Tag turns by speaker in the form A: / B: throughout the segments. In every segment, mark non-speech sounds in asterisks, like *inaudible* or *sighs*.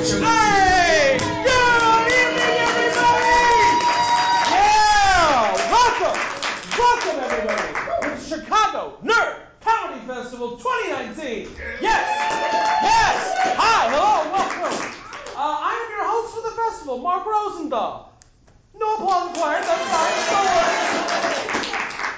A: Hey! Good evening, everybody! Yeah! Welcome! Welcome, everybody, to the Chicago Nerd Comedy Festival 2019! Yes! Yes! Hi, hello, welcome! Uh, I am your host for the festival, Mark Rosendahl. No applause required, that's fine, don't worry.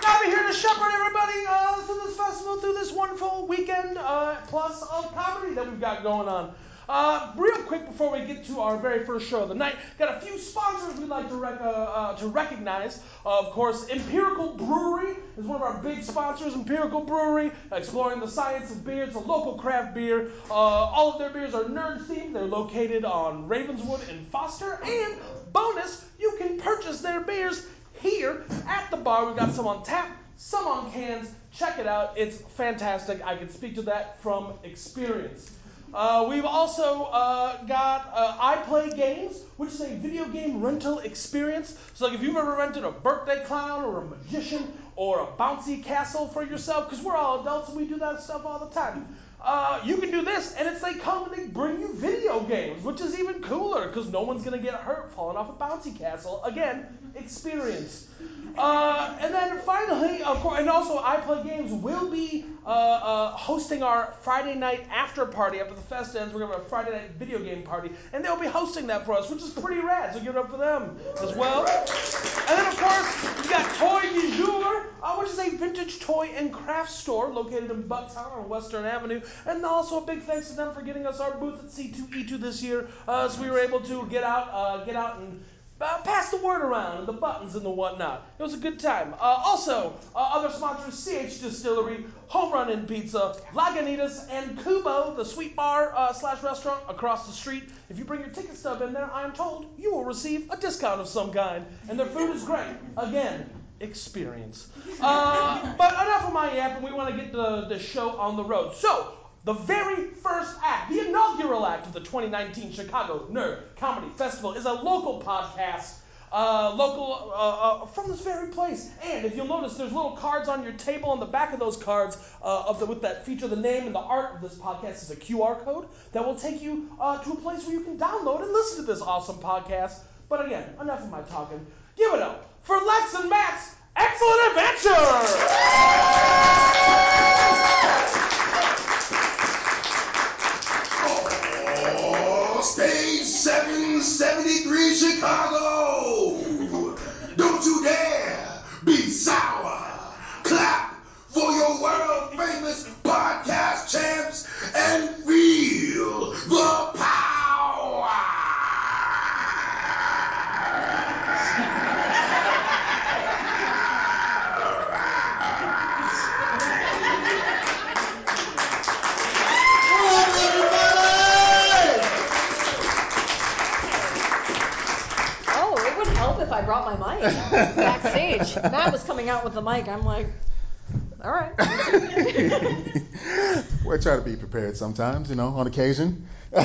A: Now we're here to shepherd everybody uh, through this festival, through this wonderful weekend, uh, plus of comedy that we've got going on. Uh, real quick before we get to our very first show of the night, got a few sponsors we'd like to, rec- uh, uh, to recognize. Uh, of course, Empirical Brewery is one of our big sponsors. Empirical Brewery, exploring the science of beer. It's a local craft beer. Uh, all of their beers are nerd themed. They're located on Ravenswood and Foster. And bonus, you can purchase their beers here at the bar. We've got some on tap, some on cans. Check it out. It's fantastic. I can speak to that from experience. Uh, we've also uh, got uh, I Play Games, which is a video game rental experience. So, like, if you've ever rented a birthday clown or a magician or a bouncy castle for yourself, because we're all adults and we do that stuff all the time, uh, you can do this, and it's they come and they bring you video games, which is even cooler because no one's gonna get hurt falling off a bouncy castle. Again, experience. Uh, and then finally, of course, and also I Play Games will be uh, uh, hosting our Friday night after party after the fest ends. We're gonna have a Friday night video game party, and they'll be hosting that for us, which is pretty rad. So give it up for them as well. And then, of course, we got Toy du Jour, uh, which is a vintage toy and craft store located in Bucktown on Western Avenue. And also a big thanks to them for getting us our booth at C2E2 this year, uh, so we were able to get out, uh, get out and uh, pass the word around and the buttons and the whatnot. It was a good time. Uh, also, uh, other sponsors: CH Distillery, Home Run and Pizza, Lagunitas, and Kubo, the sweet bar uh, slash restaurant across the street. If you bring your ticket stub in there, I'm told you will receive a discount of some kind, and their food is great. Again, experience. Uh, but enough of my app, and we want to get the, the show on the road. So, the very first act, the inaugural act of the 2019 Chicago Nerd Comedy Festival, is a local podcast. Uh, local uh, uh, from this very place, and if you'll notice, there's little cards on your table. On the back of those cards, uh, of the, with that feature, the name and the art of this podcast is a QR code that will take you uh, to a place where you can download and listen to this awesome podcast. But again, enough of my talking. Give it up for Lex and Matt's excellent adventure.
B: Oh, Stage 773 Chicago! Don't you dare be sour! Clap for your world famous podcast champs and feel the power!
C: Oh, it would help if I brought my mic
D: *laughs*
C: backstage. Matt was coming out with the mic. I'm like, all right.
D: we try to be prepared sometimes, you know, on occasion. *laughs*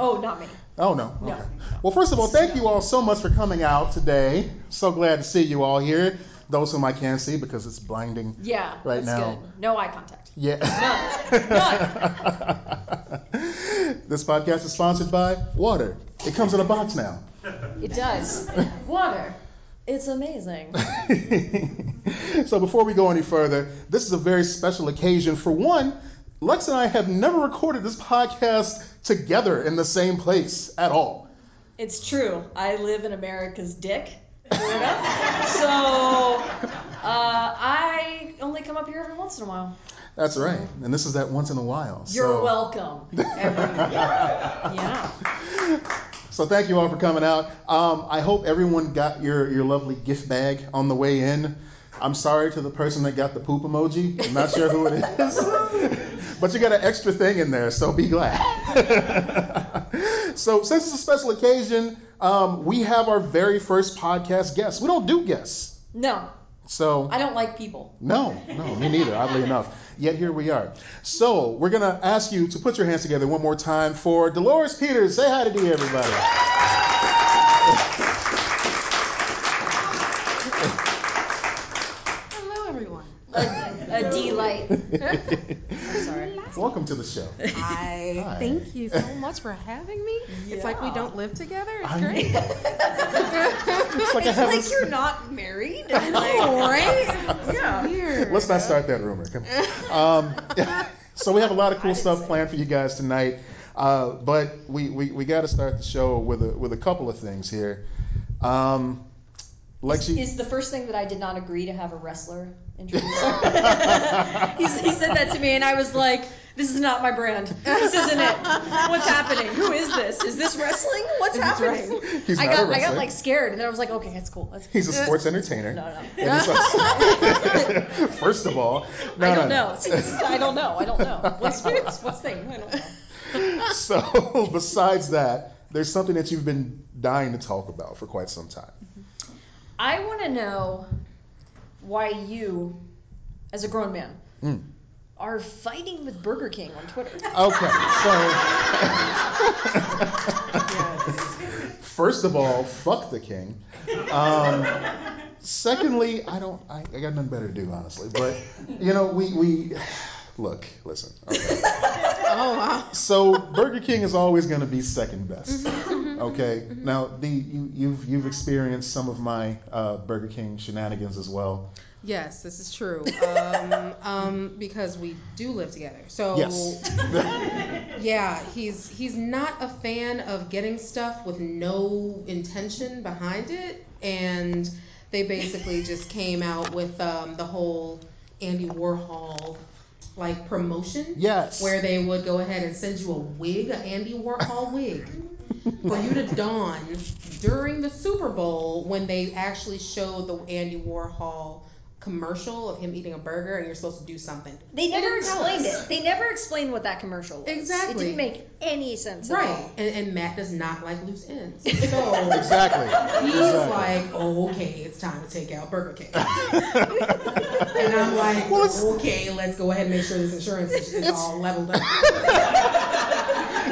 C: Oh, not me.
D: Oh no.
C: No.
D: Okay. Well, first of all, thank you all so much for coming out today. So glad to see you all here. Those whom I can't see because it's blinding.
C: Yeah.
D: Right
C: that's
D: now.
C: Good. No eye contact.
D: Yeah. this podcast is sponsored by water. It comes in a box now.
C: It does. Water. It's amazing.
D: so before we go any further, this is a very special occasion. For one, Lex and I have never recorded this podcast together in the same place at all.
C: It's true. I live in America's dick. Florida. So uh, I only come up here every once in a while.
D: That's right. And this is that once in a while.
C: You're
D: so, *laughs*
C: welcome. everyone. yeah.
D: So thank you all for coming out. Um, I hope everyone got your, your lovely gift bag on the way in. I'm sorry to the person that got the poop emoji. I'm not sure who it is. *laughs* but you got an extra thing in there, so be glad. *laughs* so since it's a special occasion, um, we have our very first podcast guest. We don't do guests.
C: No,
D: So
C: I don't like people.
D: No, no, me neither, oddly enough. Yet here we are. So we're going to ask you to put your hands together one more time for Dolores Peters. Say hi to Dee, everybody.
E: Hello, everyone.
C: A, a delight. I'm sorry.
D: *laughs* Welcome to the show.
E: I
D: Hi.
E: thank you so much for having me. It's like we
C: Yeah.
E: don't live together. It's
D: I-
E: *laughs* great.
D: It's like I have
C: Like
D: a-
C: you're not married.
E: All
C: Like,
E: right? *laughs*
C: Yeah.
D: *laughs*
E: Weird.
D: Let's not start that rumor. Come on. Um, *laughs* so we have a lot of cool stuff planned for you guys tonight, uh, but we, we, we got to start the show with a with a couple of things here. Um, *laughs* Lexi,
C: is the first thing that I did not agree to have a wrestler
D: *laughs*
C: introduce. he, s- he said that to me, and I was like, "This is not my brand. This isn't it. What's happening? Who is this? Is this wrestling? What's happening?"
D: he's
C: I
D: not a
C: got I
D: wrestler.
C: got like scared, and then I was like, "Okay, that's cool. That's cool.
D: he's a sports entertainer.
C: no, no."
D: And it's like- *laughs* first of all,
C: *laughs*
D: no,
C: I don't
D: no,
C: know. See, this is- I don't know. I don't
D: *laughs*
C: know. What's sports? What's thing? I don't know.
D: no. *laughs* So besides that, there's something that you've been dying to talk about for quite some time.
C: I want to know why you, as a grown man,
D: Mm.
C: are fighting with Burger King on Twitter.
D: Okay, *laughs* so first of all, fuck the king. Um, secondly, I don't. I, I got nothing better to do, honestly. But you know, we we *sighs* look, listen. Okay.
E: Oh wow.
D: So Burger King is always going to be second best. Okay. Now, the you you've you've experienced some of my uh, Burger King shenanigans as well.
E: Yes, this is true. Um, um, because we do live together.
D: Oh.
E: So
D: Yes. *laughs*
E: yeah, he's he's not a fan of getting stuff with no intention behind it, and they basically just came out with um, the whole Andy Warhol like promotion.
D: yes. *laughs*
E: where they would go ahead and send you a wig, an Andy Warhol wig, for
D: *laughs*
E: you to don during the Super Bowl when they actually showed the Andy Warhol commercial of him eating a burger and you're supposed to do something.
C: They never
E: didn't tell
C: explained
E: us.
C: it. They never explained what that commercial was. It
E: Exactly.
C: didn't make any sense at
E: Right.
C: all.
E: And, and Matt does not like loose ends. So
D: exactly.
E: he's
D: Exactly.
E: like, okay, it's time to take out Burger King. and I'm like,
D: Well, it's-
E: okay, let's go ahead and make sure this insurance is, is all leveled up.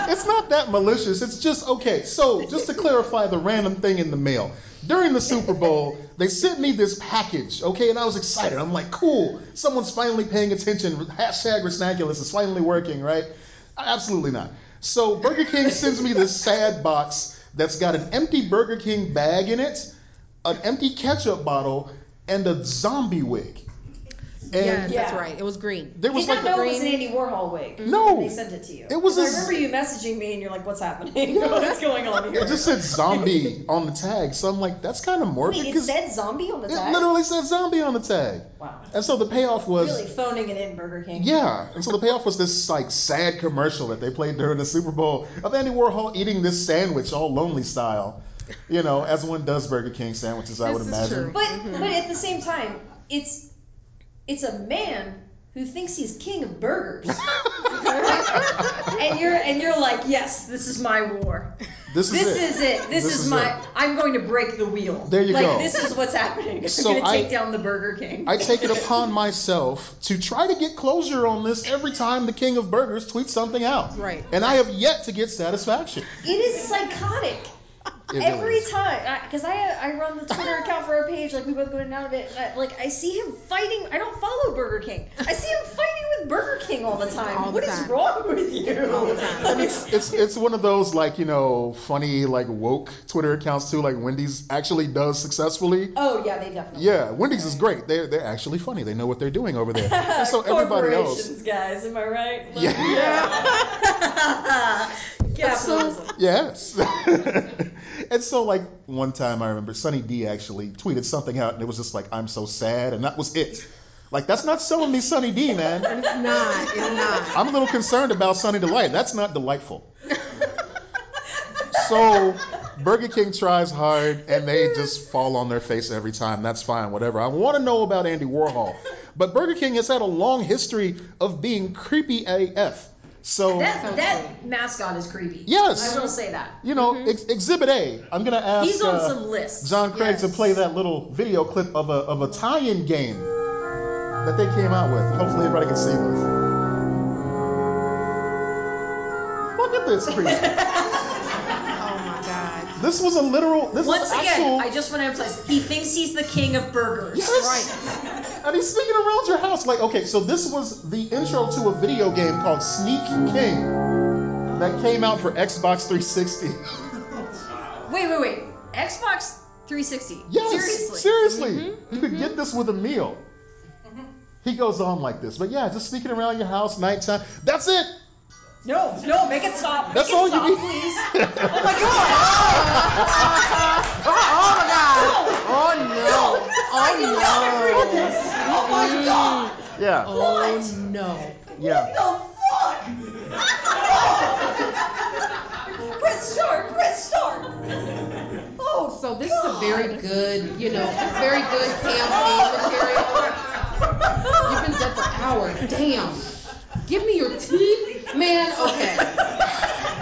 D: It's not that malicious. It's just okay. So, just to clarify the random thing in the mail. During the Super Bowl, they sent me this package, okay, and I was excited. I'm like, cool, someone's finally paying attention. Hashtag Resnaculous is finally working, right? Absolutely not. So, Burger King sends me this sad box that's got an empty Burger King bag in it, an empty ketchup bottle, and a zombie wig. And
E: yes,
C: Yeah.
E: that's right. It was green.
D: there
C: You
D: was
C: did not
D: like
C: know
D: a,
C: it was an Andy Warhol wig.
D: No.
C: when They sent it to you.
D: It was
C: 'Cause
D: a-
C: I remember you messaging me and you're like, what's happening? *laughs* what's going on here?
D: it just said zombie on the tag, so I'm like, that's kind of morbid.
C: Wait, it
D: 'cause-
C: said zombie on the
D: It
C: tag?
D: literally said zombie on the tag.
C: Wow.
D: And so the payoff was
C: Really phoning it in, Burger King.
D: yeah. And so the payoff was this like sad commercial that they played during the Super Bowl of Andy Warhol eating this sandwich all lonely style. You know, as one does Burger King sandwiches, I
E: This
D: would
E: is
D: imagine.
E: true.
C: But but at the same time, it's it's a man who thinks he's king of
D: *laughs*
C: burgers. and you're and you're like, yes, this is my war.
D: This is
C: This
D: it.
C: is it. This, is, my.
D: it.
C: I'm going to break the wheel.
D: There you
C: like,
D: go.
C: This is what's happening. I'm
D: So
C: going to
D: I-
C: take down the Burger King.
D: I take it upon myself to try to get closure on this every time the King of Burgers tweets something out.
E: Right.
D: And I have yet to get satisfaction.
C: *laughs* It is psychotic.
D: It really
C: Every
D: is.
C: time, because I, I run the Twitter account for our page, like we both go in and out of it. And I, like I see him fighting. I don't follow Burger King. I see him fighting with Burger King all the time. What is
E: All the time.
C: wrong with you?
E: All the time.
C: Like,
D: It's it's one of those like you know funny like woke Twitter accounts too. Like Wendy's actually does successfully.
C: *laughs* oh yeah, they definitely.
D: Yeah, Wendy's is great. They're they're actually funny. They know what they're doing over there. And so everybody else.
C: Corporations, guys, am I right? Look,
D: Yeah.
C: *laughs*
D: *laughs*
C: yeah. Capitalism.
D: Yes. *laughs* and so like one time I remember Sunny D actually tweeted something out and it was just like I'm so sad and that was it. Like that's not selling me Sunny D, man.
E: It's not. It's not.
D: *laughs* I'm a little concerned about Sunny Delight. That's not delightful. So Burger King tries hard and they just fall on their face every time. That's fine, whatever. I want to know about Andy Warhol. But Burger King has had a long history of being creepy AF. So
C: That, that mascot is creepy.
D: Yes.
C: I will say that.
D: You know, ex- Exhibit A. I'm gonna
C: Mm-hmm.
D: ask
C: He's on
D: uh,
C: some lists.
D: John Craig to play that little video clip of a of a tie-in game that they came out with. Hopefully, everybody can see this. Look at this creep.
C: *laughs*
E: Oh my God.
D: This was a literal. This
C: Once
D: is
C: again,
D: actual,
C: I just want to emphasize, he thinks he's the king of burgers.
D: Yes. *laughs* and he's sneaking around your house. Like, okay, so this was the intro to a video game called Sneak King that came out for Xbox *laughs* 360.
C: Wait, wait, wait. Xbox 360.
D: Yes,
C: Seriously. Mm-hmm,
D: you could get this with a meal. He goes on like this, but yeah, just sneaking around your house nighttime. That's it.
C: No, no, make it stop.
D: That's
C: make
D: all
C: it stop,
D: you need. *laughs*
C: please.
D: oh
C: my God.
F: Oh my god. Oh no.
C: I did not agree
F: Oh
C: with
F: no.
C: this. Oh my God.
D: Yeah,
E: Oh no.
D: yeah.
C: Press start. Press start.
E: Oh, so this is a very good, you know, very good campaign material. You've been
C: *laughs*
E: dead for hours. Damn. Give me your tea, man. Okay,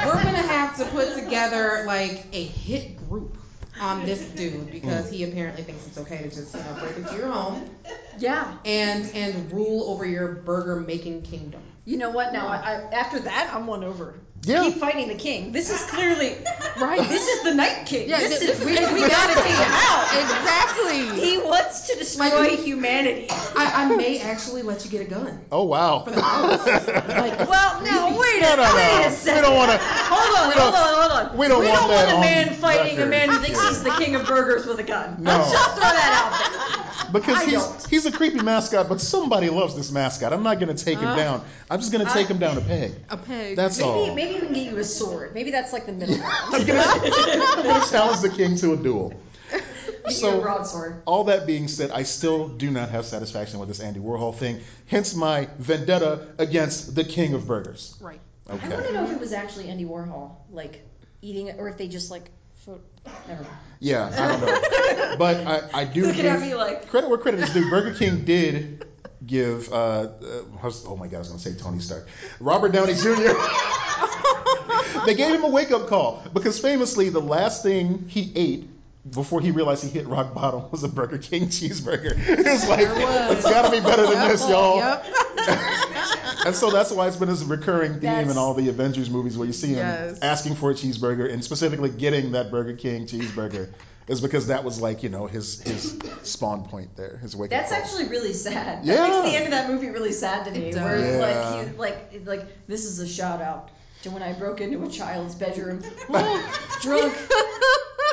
E: we're gonna have to put together like a hit group on this dude because he apparently thinks it's okay to just you know break into your home
C: Yeah.
E: and and rule over your burger making kingdom.
C: You know what? Now, I, I, after that, I'm won over.
D: Yeah.
C: Keep fighting the king. This is clearly
E: Right.
C: This is the night king.
F: Yeah,
C: this,
F: th-
C: is
F: this
C: *laughs* we,
F: is-
C: we gotta take him out.
F: Exactly.
C: He wants to destroy
D: *laughs*
E: Like-
C: humanity.
E: I, I may actually let you get a gun.
D: Oh wow. *laughs*
E: Like,
C: Well, no, wait
D: No,
C: a,
D: no, no.
C: wait a
D: We
C: second.
D: don't wanna-
C: Hold on,
D: we
C: hold
D: don't-
C: on, hold on.
D: we don't want that
C: a
D: on
C: man fighting a
D: record.
C: man who thinks he's the king of burgers with a gun.
D: No.
C: Let's just throw that
D: *laughs*
C: out there.
D: Because
C: I
D: he's
C: don't.
D: he's a creepy mascot, but somebody loves this mascot. I'm not gonna take him down. I'm just gonna take him down a peg.
E: a peg.
D: That's
C: Uh-huh. Maybe,
D: all.
C: maybe we can get you a sword. Maybe that's like the middle ground.
D: I'm gonna, I'm gonna challenge the king to
C: *laughs*
D: a duel.
C: Get you a
D: So
C: broadsword.
D: all that being said, I still do not have satisfaction with this Andy Warhol thing. Hence my vendetta against the king of burgers.
E: right.
C: I want to
D: Okay.
C: know if it was actually Andy Warhol, like eating it, or if they just like. pho- Never mind.
D: Yeah, I
C: *laughs*
D: don't know. But I, I do
C: Looking at
D: give-
C: me like-
D: credit where credit is due. Burger King did give uh, uh I was- oh my god, I was gonna say Tony Stark. Robert Downey Jr. *laughs* they gave him a wake up call because famously the last thing he ate before he realized he hit rock bottom was a Burger King cheeseburger. *laughs* It was like
E: was.
D: it's gotta be better than this, y'all.
E: Yep.
D: *laughs* And so that's why it's been this recurring theme in
C: That's-
D: all the Avengers movies where you see him
F: Yes.
D: asking for a cheeseburger and specifically getting that Burger King cheeseburger is because that was like, you know, his his spawn point there, his wake
C: That's
D: up
C: actually really sad.
D: Yeah.
C: That makes the end of that movie really sad to me.
E: It
C: Where
D: does.
C: it's
D: Yeah.
C: like, he, like, it's like this is a shout out to when I broke into a child's bedroom,
D: *laughs*
C: *laughs* Oh,
E: *laughs*
C: drunk,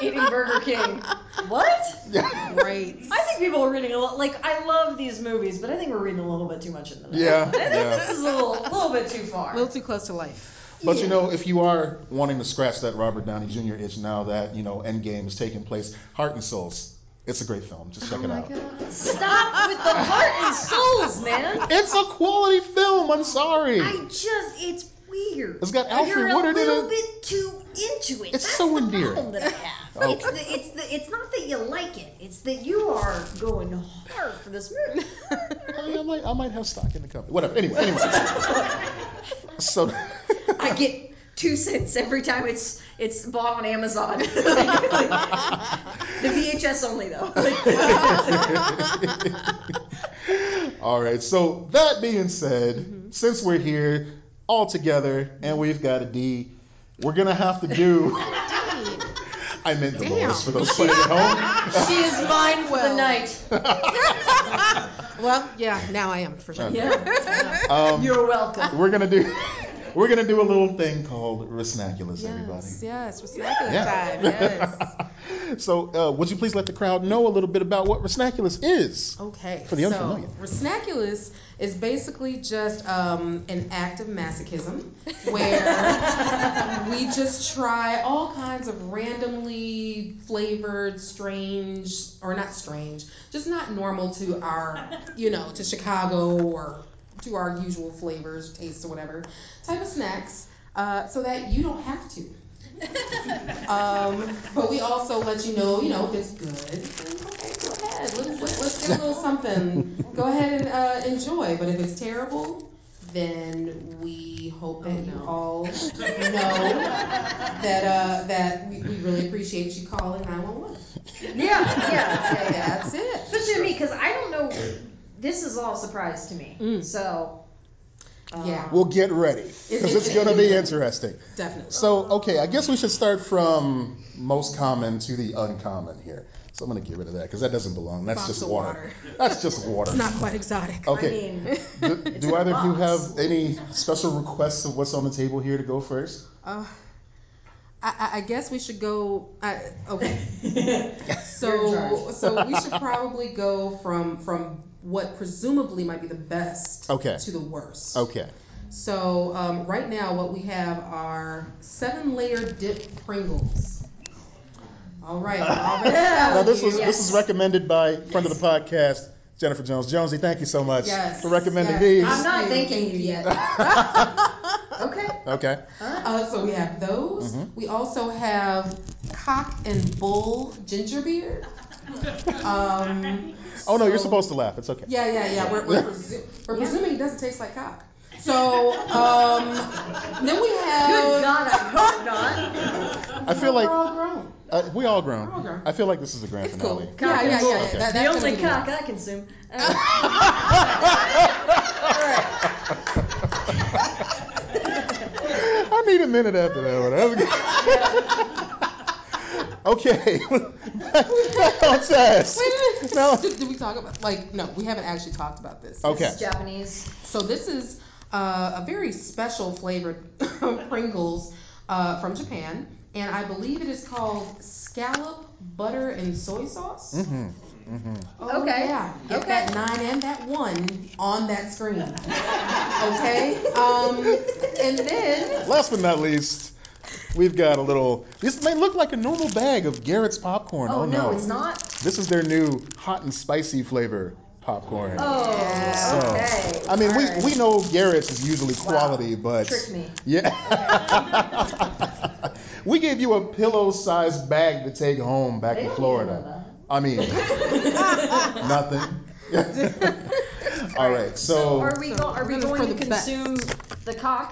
C: eating Burger King. What?
D: *laughs* Yeah.
E: Right.
C: I think people are reading a lot. Like, I love these movies, but I think we're reading a little bit too much in them.
D: Yeah,
C: I think *laughs*
D: yeah.
C: this is a little, little bit too far.
E: A little too close to life.
D: But you know, if you are wanting to scratch that Robert Downey Jr. itch now that, you know, Endgame is taking place, Heart and Souls. It's a great film.
C: Oh
D: Just check it out.
C: Stop with the heart and souls, man.
D: It's a quality film. I'm sorry.
C: I just, it's weird.
D: It's got
C: I heard
D: Alfred Woodard
C: a
D: in
C: little
D: it.
C: bit too into it.
D: It's
C: That's
D: so
C: the
D: endearing.
C: problem that I have.
D: Okay.
C: It's, the, it's, the, it's not that you like it. It's that you are going hard for this movie.
D: I, mean, I might I might have stock in the company. Whatever. Anyway,
C: *laughs*
D: anyway. so
C: I get two cents every time it's it's bought on Amazon. *laughs* the VHS only though. *laughs*
D: All right. So that being said,
E: Mm-hmm.
D: since we're here all together and we've got a D, we're gonna have to
E: *laughs*
D: do. I meant the lowest for those playing at home.
E: She is mine for
C: the night.
E: *laughs* Well, yeah, now I am for sure.
C: Yeah.
D: Um,
C: You're welcome.
D: we're gonna do. We're gonna do a little thing called Resnaculus, everybody.
E: Yes, yes, recycling
D: Yeah.
E: time. Yes.
D: *laughs* So, uh, would you please let the crowd know a little bit about what Resnaculus is?
E: Okay.
D: For the unfamiliar.
E: So, resnaculus is basically just um, an act of masochism where *laughs* we just try all kinds of randomly flavored, strange, or not strange, just not normal to our, you know, to Chicago or to our usual flavors, tastes, or whatever type of snacks uh, so that you don't have to. um, but we also let you know, you know, if it's good. Okay, go ahead. Let, let, let's get a little something. go ahead and uh, enjoy. But if it's terrible, then we hope
C: Oh,
E: that you all know that uh, that we, we really appreciate you calling 911.
C: Yeah, yeah, yeah, yeah.
E: That's it.
C: Especially to me, because I don't know. This is all a surprise to me. So um,
E: yeah,
D: Well, get ready because it's going to be interesting.
E: definitely.
D: So, okay, I guess we should start from most common to the uncommon here. So I'm going to get rid of that because that doesn't belong. That's
E: Box
D: just
E: of
D: water.
E: water.
D: That's just water.
E: Not quite exotic.
C: I
D: okay.
C: mean,
D: do
C: *laughs*
D: do
C: in a
D: either
E: *laughs*
D: of you
C: box.
D: have any special requests of what's on the table here to go first?
E: Uh, I, I- I guess we should go. I, okay.
D: *laughs*
C: You're
E: so *laughs* so we should probably go from from what presumably might be the best
D: Okay. Oh.
E: to the worst.
D: Okay.
E: So um, right now, what we have are seven layer dip Pringles. All
D: *laughs*
E: right. I'm already
D: Now
E: telling
D: this was
E: you.
D: this is recommended by friend of the podcast Jennifer Jones. Jonesy, thank you so much
E: Yes,
D: for recommending
E: yes.
D: these.
E: I'm
C: I'm not thanking you yet.
E: *laughs*
C: okay.
D: *laughs* okay.
E: Uh, so we have those.
D: Mm-hmm.
E: We also have cock and bull ginger beer. Um,
D: Oh no, you're
E: so-
D: supposed to laugh. It's okay.
E: Yeah, yeah, yeah. We're, we're, presu- we're presuming it doesn't taste like cock. So um, then we
C: Good
E: have.
C: God, I hope not.
D: I feel like
E: We're all grown.
D: uh, we all grown.
E: all grown.
D: I feel like this is a grand
E: It's cool.
D: finale.
E: yeah, yeah, yeah. yeah.
D: Okay.
E: That,
C: The
E: that's
C: only
E: gonna be
C: cock
E: one.
C: I consume. Uh,
D: I need a minute after that one. That was good. okay. Back on task.
E: Wait a minute.
D: No.
E: Did, did we talk about like no? We haven't actually talked about this.
D: Okay.
C: It's Japanese.
E: So this is uh, a very special flavored *laughs* Pringles uh, from Japan, and I believe it is called scallop butter and soy sauce.
D: hmm
E: Oh,
C: Okay.
E: Yeah. Get
C: Okay.
E: that nine and that one on that
C: *laughs*
E: screen. okay. Um, and then
D: Last but not least, we've got a little. This may look like a normal bag of Garrett's popcorn. Oh,
C: Oh, no, it's not.
D: This is their new hot and spicy flavor popcorn.
C: Oh,
D: So,
C: okay.
D: I mean, we,
C: Alright.
D: we know Garrett's is usually quality, but
C: Trick me.
D: yeah, *laughs* we gave you a pillow-sized bag to take home back
C: They
D: to
C: don't need
D: Florida. I
C: *laughs*
D: mean, nothing. All right,
C: So
D: *laughs* so
C: are we, go- are we
E: We're
C: going
E: for
C: to
E: the best.
C: consume the cock?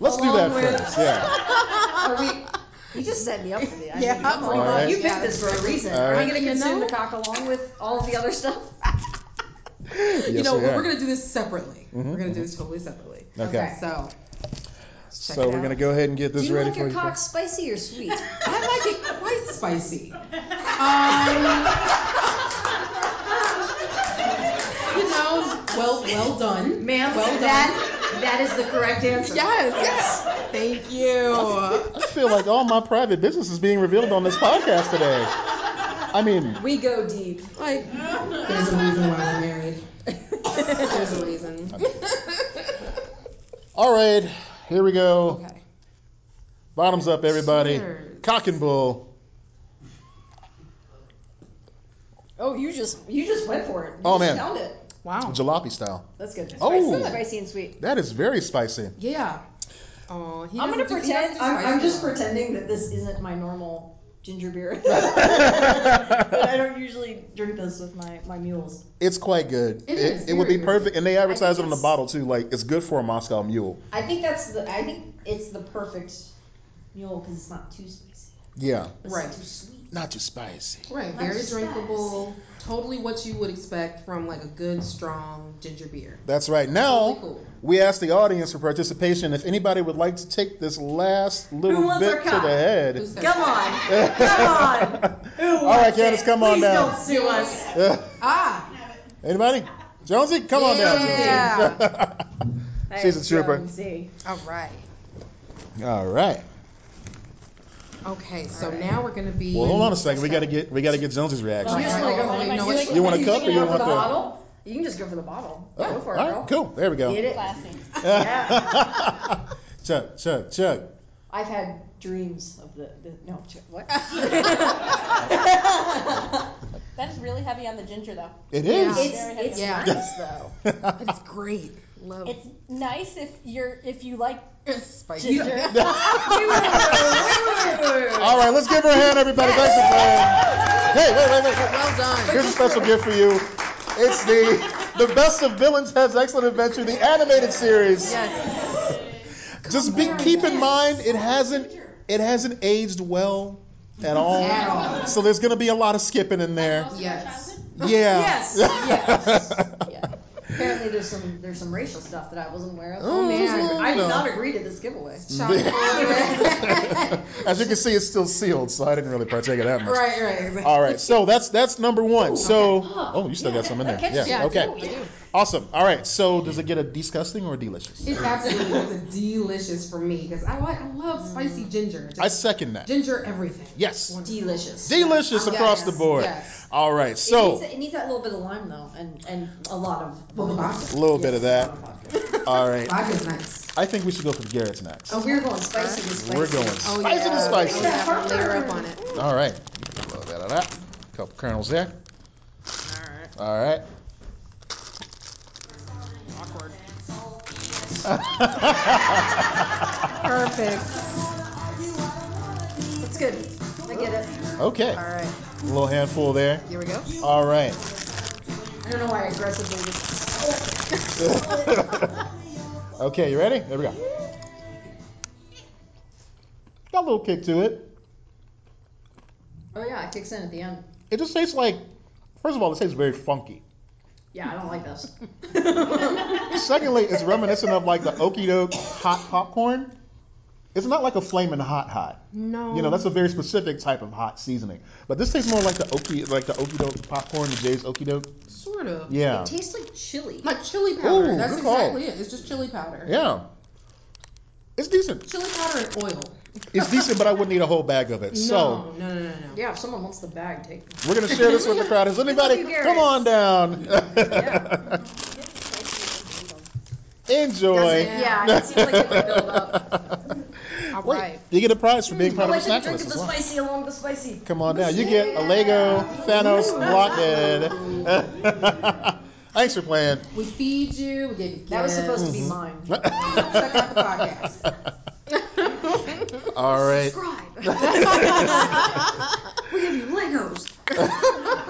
D: let's do that
C: along with-
D: first. Yeah.
C: Are we? You just set me up for *laughs* the. I
E: Yeah.
C: mean, come on.
D: All right.
C: You picked this for a reason.
D: All
C: Are we
D: right.
C: going to consume
E: You know-
C: the cock along with all the other stuff?
D: Yes,
E: you know
D: we are.
E: we're gonna do this separately. we're gonna do this totally separately.
D: Okay.
E: So
D: So
E: it
D: we're
E: out.
D: gonna go ahead and get
C: Do
D: this
C: you
D: ready
C: like
D: for
C: your
D: you.
C: cock spicy or sweet?
E: I like it quite spicy. Um, you know, well, well done,
C: Ma'am,
E: Well done.
C: that, that is the correct answer.
E: Yes, yes. Thank you.
D: I feel like all my private business is being revealed on this podcast today. I mean,
C: We go deep.
E: Like, there's a reason why we're married. There's a reason.
D: all right, here we go.
E: Okay.
D: Bottoms up, everybody.
E: Cheers.
D: Cock and bull.
C: Oh, you just you just went for it. You
D: Oh,
C: just
D: man.
C: Found it.
E: Wow.
D: Jalopy style.
C: That's good. Spicy,
D: Oh.
C: spicy and sweet.
D: That is very spicy.
C: *laughs*
E: Yeah. Oh, he
C: I'm gonna
E: doesn't do- he
C: pretend.
E: doesn't do
C: I'm, I'm
E: spicy.
C: just pretending that this isn't my normal ginger
D: *laughs*
C: beer. but I
D: it's
C: don't usually drink this with my, my mules.
D: quite good.
E: It is
D: would be
E: very good.
D: perfect, and they advertise it on the
C: it's-
D: bottle too. Like it's good for a Moscow Mule.
C: I think that's the. I think it's the perfect mule because it's not too spicy.
D: Yeah,
C: It's
E: Right.
C: Not too sweet.
D: not too spicy.
E: Right,
C: Like
E: very
C: steps.
E: drinkable. Totally what you would expect from like a good, strong ginger beer.
D: That's right. Now
E: Totally cool.
D: we ask the audience for participation. If anybody would like to take this last little
C: wants our
D: bit to the
C: cock?
D: head.
E: Who said
C: Come
E: that?
C: on. *laughs* Come on.
D: All right, Candace, come on
C: Please
D: down.
C: don't sue us.
E: Ah,
D: Anybody? Jonesy, come on down.
E: Yeah.
D: Jonesy. *laughs* She's a trooper.
C: Jonesy.
E: all right.
D: All right.
E: Okay, so now we're gonna be. oh,
D: Well, hold on a second. We gotta get we gotta get Jonesy's reaction.
E: Right.
C: You just wanna
E: Alright,
C: go
E: alright,
C: for the-
E: no,
C: you
E: it's-
C: like-
D: You want a
C: you
D: cup
C: can
D: or you
C: go
D: want
C: for
D: the-
C: the bottle? You can just go for the bottle.
D: Oh,
C: go for it,
D: all right,
C: girl.
D: cool. There we go. *laughs*
C: Get it.
D: Yeah. chug, chug, chug.
C: I've had dreams of the, the no ch- *laughs* what?
G: That is really heavy on the ginger, though.
D: It
E: Yeah.
D: is.
C: it's
G: Very heavy.
C: it's
D: *laughs*
E: Yeah.
C: nice though.
E: It's great. Love
G: It's nice if you're if you like
E: it's spicy. *laughs*
G: ginger.
D: *laughs* All right, let's give her a hand, everybody. Thanks for
C: *laughs*
D: playing. Hey, wait, wait, wait, wait.
E: Well done.
D: Here's a special gift for you. It's the the best of villains has excellent adventure, the animated series.
E: Yes.
D: Just be, keep in mind it hasn't it hasn't aged well at all.
E: At all.
D: So
C: *laughs*
D: there's gonna be a lot of skipping in there. *laughs*
E: Yes.
D: Yeah.
E: Yes, yes.
D: Yeah.
C: Apparently, there's some there's some racial stuff that I wasn't aware of.
D: Oh,
E: man.
D: there's a little
C: I
D: bit
C: did
D: of-
C: not agree to this giveaway.
E: *laughs*
D: *laughs*
C: *laughs*
D: As you can see, it's still sealed, so I didn't really partake of that much.
E: Right, right, right.
D: All right, so that's that's number one. so, oh, you still got some in there.
C: Okay.
D: Yeah.
E: Yeah, I
D: okay.
E: do, I do.
D: Awesome. All right. So, does it get a disgusting or a delicious?
E: It absolutely was a delicious for me because I like I love spicy ginger. Just
D: Mm. I second that.
E: ginger everything.
D: Yes.
C: Delicious.
D: Delicious
E: Yes,
D: across the board.
E: yes.
D: All right.
C: it needs,
D: So,
C: it needs that little bit of lime though, and and a lot of
E: Well, the
D: a
E: vodka.
D: little bit of that. All right.
E: Vodka's nice.
D: I think we should go for Garrett's next.
C: Oh, we're going spicy to spicy.
D: We're going
E: Oh,
D: spicy
E: yeah.
D: to spicy.
E: Oh, yeah. Layer up on it.
D: All right. Blow that out. Couple kernels there.
F: Alright.
D: All right.
F: Awkward.
E: Perfect.
C: It's good. I get it.
D: *laughs* okay.
F: Alright.
D: A little handful there.
F: Here we go.
D: All right.
C: I don't know why I aggressively just.
D: *laughs* okay, you ready? There we go. Got a little kick to it.
C: Oh yeah, it kicks in at the end.
D: It just tastes like, first of all, it tastes very funky.
C: Yeah, I don't like
D: *laughs*
C: this.
D: Secondly, it's reminiscent of like the okey doke hot popcorn. It's not like a flaming hot hot.
E: No.
D: You know, that's a very specific type of hot seasoning. But this tastes more like the okey like the okey doke popcorn, the Jay's okey doke.
E: sort of.
D: Yeah.
C: It tastes like chili.
E: Like chili powder.
D: Ooh,
E: that's
D: good call.
E: exactly it. It's just chili powder.
D: Yeah. It's decent.
E: Chili powder and oil.
D: It's decent, but I wouldn't eat a whole bag of it. So
E: no, no, no, no, no.
C: Yeah, if someone wants the bag, take. it.
D: We're gonna share this with the crowd. Is anybody
C: you, Gary.
D: come on down? *laughs* Enjoy.
E: Doesn't-
C: Yeah, it seems like it would build
D: *laughs*
C: up.
E: All
D: Wait,
E: right.
D: you get a prize for being
C: I
D: part of
C: like
D: the
C: the
D: snack
C: drink
D: list
C: of
D: as
C: the
D: well.
C: spicy along the spicy.
D: Come on down. You get a Lego Thanos
C: *laughs*
D: blockhead. Thanks for playing.
E: We feed you. We give you
C: That was
E: gifts.
C: supposed to be
D: *laughs*
C: mine.
E: Check out the podcast.
D: All right.
C: *laughs* We give you Legos.
D: *laughs*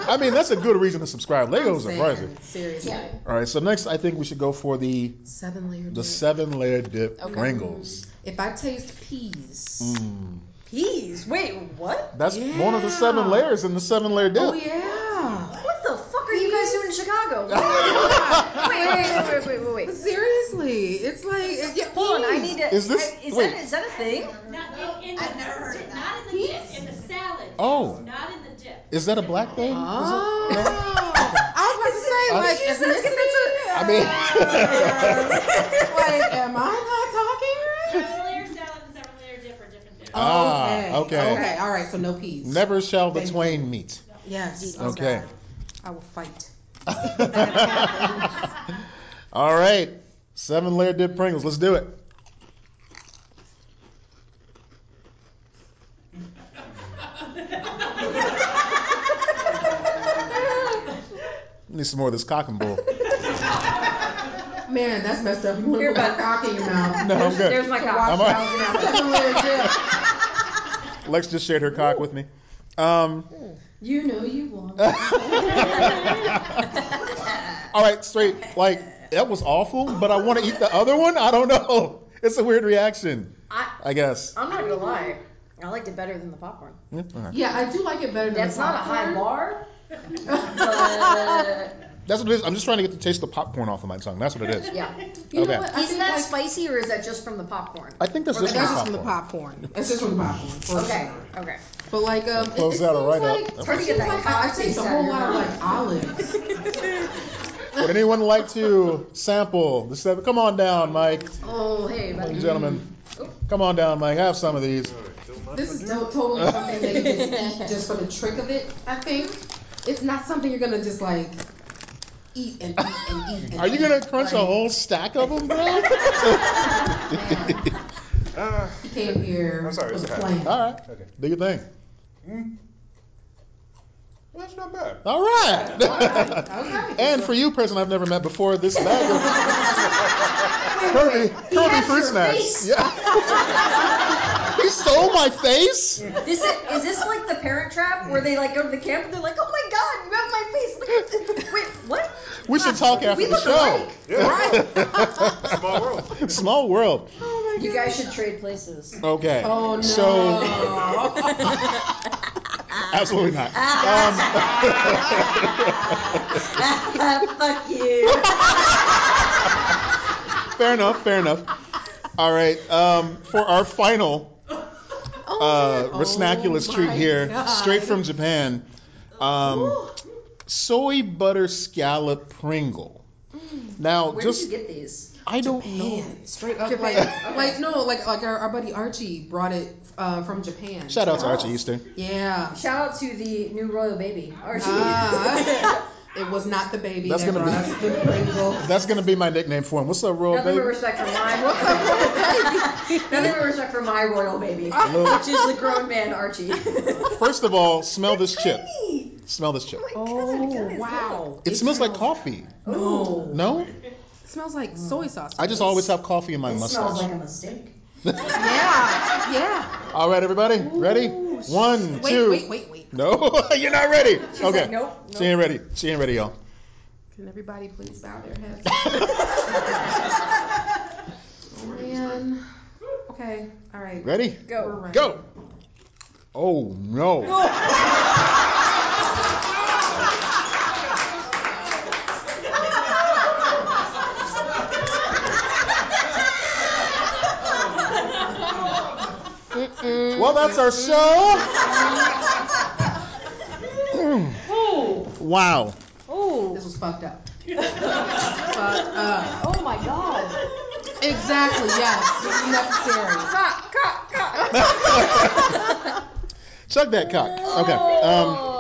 D: I mean, that's a good reason to subscribe.
C: *laughs*
D: Legos are
E: Man,
D: pricey.
E: Seriously.
C: Yeah.
D: All right. So next, I think we should go for the
E: Seven layered.
D: the
E: dip.
D: seven layer dip Pringles.
E: if I taste peas.
D: Mm.
C: Peas. Wait, what?
D: That's one of the seven
E: Yeah.
D: layers in the seven layer dip.
E: Oh yeah.
C: What the fuck are you guys doing in
D: *laughs*
C: Chicago? wait, *laughs* wait, wait, wait, wait, wait, wait.
E: Seriously, it's like yeah,
C: Hold on, I
E: peas.
C: need to.
D: Is this-
C: I, is,
D: wait.
C: That, is that a thing?
H: Not in, in the, I've never heard of that. Not in the dip, in the salad.
D: Oh.
H: Not in the dip.
D: Is that a black thing?
E: Oh. *laughs*
D: Is it- no?
E: I was about to say like, is this
D: I mean, *laughs*
E: like, am I not talking right?
H: Several layer salad and several layer dip are different things.
D: ah, okay.
E: Okay. All right. So no peas.
D: Never shall the twain meet. *laughs*
E: Yes. oh
D: Okay.
E: God, I will fight.
D: All right. Seven layer dip Pringles. Let's do it. Need some more of this cock and bull.
E: Man, that's messed up. You want to
C: Here,
E: put my
C: bud.
E: cock in your mouth?
D: No, I'm good.
C: There's my cock.
D: I'm all-
E: Seven layered dip.
D: Lex just shared her cock with me. Um, *laughs*
C: You know you want.
D: all right, straight. Like that was awful, but I want to eat the other one. I don't know. *laughs* It's a weird reaction,
C: I,
D: I guess.
C: I'm not gonna lie. I liked it better than the popcorn.
D: Yeah, all right.
E: Yeah, I do like it better than
C: That's
E: the
C: not a high
E: popcorn.
C: bar. uh,
D: *laughs*
E: *laughs*
C: But
D: That's what it is. I'm just trying to get the taste of the popcorn off of my tongue. That's what it is.
C: yeah.
E: You
D: Okay.
E: know what? I
C: Isn't
E: think
C: that
E: like,
C: spicy or is that just from the popcorn?
D: I think that's
E: that's
D: just
E: just
D: from
E: from the popcorn. That's just from the popcorn. for
C: Okay.
E: sure.
C: Okay.
E: But like, um, it-
D: Close
E: it
D: that
E: seems
D: right
E: like,
D: up.
E: it
C: Try to get
E: seems
C: that
E: like
C: cock
E: I taste
C: taste
E: a
C: out of
E: whole
C: your
E: lot of
C: mouth.
E: like olives.
D: Would anyone like to sample the seven? Come on down, Mike.
C: Oh hey,
D: Ladies
C: buddy.
D: and gentlemen.
E: Oh.
D: Come on down, Mike. Have some of these.
E: This is to- totally something that you *laughs* just eat just for the trick of it. I think it's not something you're gonna just like eat and eat and eat. And
D: Are you
E: eat.
D: gonna crunch a
E: Like,
D: whole stack of them, bro?
I: Uh,
E: He came here
I: I'm sorry,
E: with
I: it's
E: a
I: okay.
E: plan.
D: All right. Do your thing.
I: That's not bad.
D: All right.
E: Okay.
D: and for you, person I've never met before, this bag of Kirby, Kirby
C: has
D: fruit
C: your
D: snacks.
C: face.
D: Yeah. *laughs* he stole my face.
C: This is, is this like the Parent Trap where they like go to the camp and they're like, oh my god, you have my face. *laughs* Look at this." Wait, what?
D: We should talk after
C: We
D: the
C: look
D: show.
C: alike.
I: Small world.
D: Small world. *laughs*
C: Oh. You guys should trade places.
E: *laughs*
D: Okay.
E: Oh no.
D: So Absolutely not.
C: *laughs*
D: Um,
C: *laughs* Fuck you.
D: fair enough. Fair enough. All right. Um, for our final
C: Oh
D: uh, resnaculous
E: my
D: treat here,
E: God.
D: straight from Japan. Um, soy butter scallop Pringle. Now,
C: Mm. Where
D: just
C: did you get these?
D: I don't know.
E: Japan, straight up like, like no, like like our, our buddy Archie brought it uh, from Japan.
D: Shout out to Archie Easter.
E: Yeah,
C: Shout out to the new royal baby, Archie.
E: Ah. it was not the baby.
D: That's
E: that
D: gonna
E: brought
D: be-
E: us the
D: *laughs*
E: Pringle.
D: That's gonna be my nickname for him. What's up, Royal
C: Nothing but
D: Baby?
C: respect for my royal
D: *laughs*
C: baby. Nothing but respect for my royal baby,
D: Look.
C: which is the grown man Archie.
D: First of all, smell this chip. Smell this chip.
E: Oh wow!
D: It smells like coffee.
E: No,
D: No?
E: it smells like soy sauce.
D: I just always have coffee in my
C: it smells like
D: mustache.
C: a mistake.
E: yeah, yeah.
D: All right, everybody, ready? One,
E: Wait,
D: two.
E: wait, wait, wait.
D: No, *laughs* you're not ready. okay.
C: like, nope,
D: She ain't ready. She ain't ready, y'all.
E: Can everybody please bow their heads? Man. Okay. All
D: *laughs*
E: right.
D: Ready?
E: We're ready.
D: Go. Oh no. Well, that's our
E: *laughs*
D: show. Hmm.
E: *laughs*
D: wow.
E: This was *laughs* fucked up. fucked up.
G: Oh my god.
E: Exactly. Yes. Necessary.
D: Chuck that cock. *laughs* Okay. Um,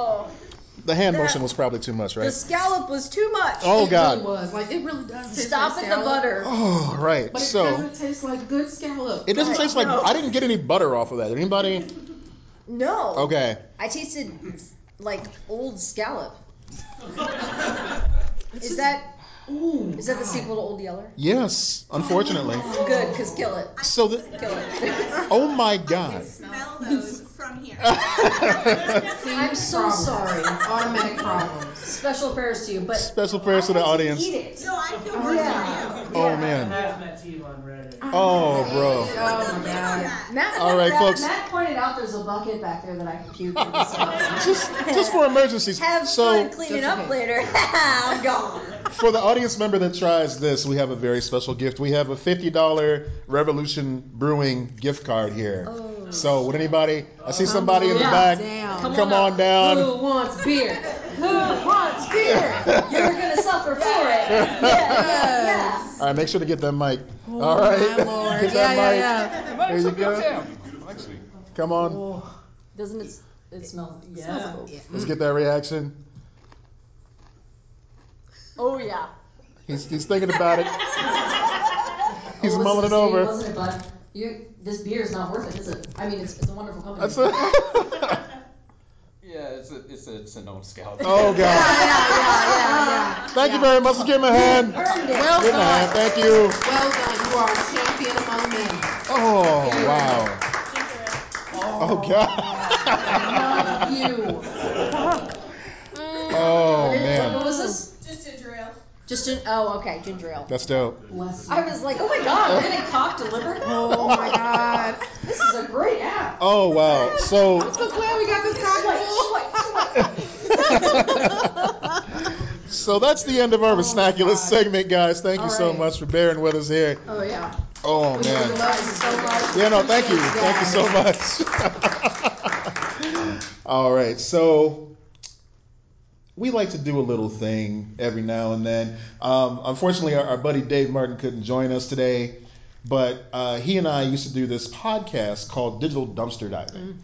D: the hand motion was probably too much,
C: Oh. The
D: right?
C: scallop was too much.
D: Oh
E: It
D: God.
E: really was. Like it really does. Taste
C: Stop
E: like
C: at the
E: scallop,
C: butter.
D: Oh, right.
E: But it
D: So
E: doesn't taste like good scallop.
D: it doesn't taste like I didn't get any butter off of that. Anybody?
C: No.
D: Okay.
C: I tasted like old *laughs* scallop. is
E: just-
C: that
E: Ooh.
C: is that the sequel to Old Yeller?
D: Yes, unfortunately.
C: Good, cause kill it,
D: So the
C: kill it.
D: oh my God.
H: Smell those from here.
D: *laughs*
C: I'm so
E: Problems.
C: sorry.
E: Automatic problems.
C: Special prayers to you, but
D: Special prayers to the audience.
C: eat it.
H: No, I feel worse now.
D: Oh man.
J: Matt Tebow on Reddit.
D: Oh bro.
E: Oh my god.
C: Matt,
D: All right,
C: Matt-
D: folks.
C: Matt pointed out there's a bucket back there that I can puke in. So.
D: Just just for emergencies.
C: Have
D: So
C: fun cleaning
E: That's
C: up
E: okay.
C: later. *laughs* I'm gone.
D: for the audience member that tries this, we have a very special gift. We have a fifty dollar Revolution Brewing gift card here.
C: Oh.
D: So would anybody? I see somebody in the
E: on
D: back.
E: down.
D: Come,
E: Come
D: on, down.
E: Who wants beer? Who wants beer?
C: You're gonna suffer for
D: *laughs*
C: it.
E: Yes.
D: All right, make sure to get that mic. All right,
E: Oh, My lord.
D: get
E: Yeah,
D: that
E: yeah,
D: mic.
E: yeah.
D: There you go. Come on,
C: oh, Doesn't it? It smells. Yeah.
D: let's get that reaction.
C: Oh yeah.
D: He's, he's thinking about
A: *laughs*
D: it. He's mulling it over.
C: Wasn't it, bud? You, this beer is not worth it, is it? I mean, it's, it's a wonderful company.
D: That's it. *laughs*
A: Yeah, it's a, it's a, it's an old scallop.
D: Oh God.
E: Yeah, yeah, yeah,
D: Thank you very much. Let's give him a hand.
E: yeah. Well
D: Give him a hand.
E: done.
D: Thank you.
E: *laughs* Well done. You are a champion among men.
D: Oh wow. Oh God. *laughs*
E: Love you.
D: Oh
C: What
D: man.
C: was this?
H: Just a drill.
C: Just an oh, okay, ginger ale.
D: That's dope.
E: Bless you.
C: I was like, oh my god, we're getting cock delivered.
E: Oh my god.
C: This is a great app.
D: Oh wow.
C: *laughs*
D: So.
E: So glad we got this cocktail.
D: so that's the end of
C: Oh
D: our Snaculous segment, guys. Thank you
E: All
D: so
E: right.
D: much for bearing with us here.
E: Oh yeah.
D: Oh
E: We
D: man.
E: really love you so much.
D: Yeah, no, thank you.
E: Appreciate
D: Thank you so
E: that.
D: much. *laughs* All right, so we like to do a little thing every now and then. Um, unfortunately, our, our buddy Dave Martin couldn't join us today, but uh, he and I used to do this podcast called Digital Dumpster Diving.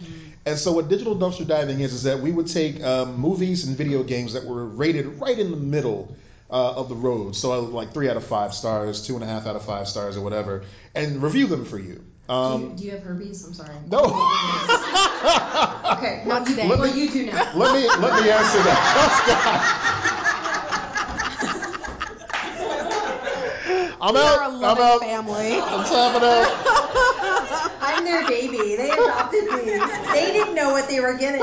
D: And so, what digital dumpster diving is, is that we would take um, movies and video games that were rated right in the middle uh, of the road, so like three out of five stars, two and a half out of five stars, or whatever, and review them for you. Um,
C: do, you, do you have herpes? I'm sorry.
D: no,
C: Okay, not today.
D: Let
C: Well,
D: me-
C: you do now.
D: let me let me answer that. *laughs* Oh,
E: *laughs*
D: I'm out.
E: We're a
D: I'm
E: loving
D: out.
E: family.
D: I'm tapping out.
C: I'm their baby. They adopted me. They didn't know what they were getting.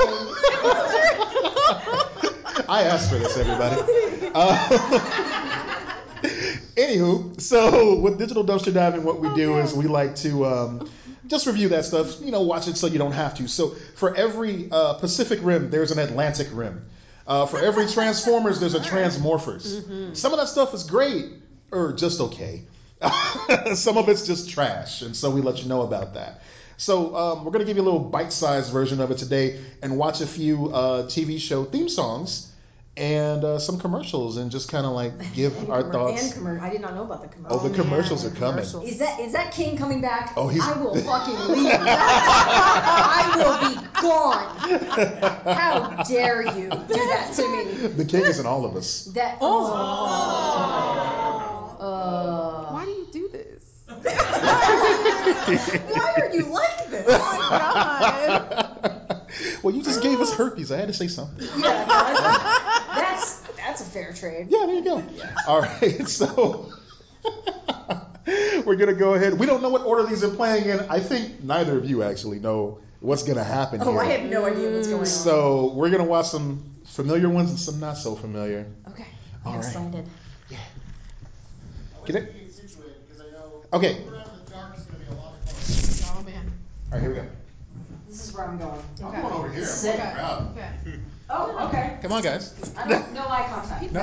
D: I asked for this, everybody. Uh, *laughs* anywho, so with digital dumpster diving, what we do is we like to um, just review that stuff. You know, watch it so you don't have to. So for every uh, Pacific Rim, there's an Atlantic Rim. Uh, for every Transformers, there's a Transmorphers. Some of that stuff is great or just okay. *laughs* Some of it's just trash, and so we let you know about that. So um, we're going to give you a little bite-sized version of it today, and watch a few uh, TV show theme songs and uh, some commercials, and just kind of like
H: *laughs*
D: give *laughs* our
H: Commer-
D: thoughts.
H: And commer- I did not know about the
D: Oh,
H: commercial.
D: the commercials are coming.
E: *laughs*
H: Is that is that king coming back?
D: Oh, he's-
H: I will fucking
D: *laughs*
H: leave. I will be gone. How dare you do that to me?
D: The king is in all of us.
H: That oh. Uh,
E: Why do you do
D: *laughs*
H: *laughs*
E: this?
H: why are you like this?
D: well, you just gave us herpes. I had to say something.
H: Yeah, that's that's a fair trade.
D: Yeah, there you go. All right, *laughs* so we're gonna go ahead. We don't know what order these are playing in. I think neither of you actually know what's gonna happen
H: Oh,
D: here.
H: I have no idea what's going on.
D: So we're gonna watch some familiar ones and some not so familiar.
H: okay,
D: All
H: I'm
D: right.
C: Mm.
H: excited.
D: Get it? Okay. All
E: Oh man.
D: right, here we go.
H: This is where I'm going.
E: Okay.
K: Come on over here.
H: Sit.
E: Okay.
H: Oh, okay.
D: Come on, guys.
H: I don't, no eye contact.
D: No.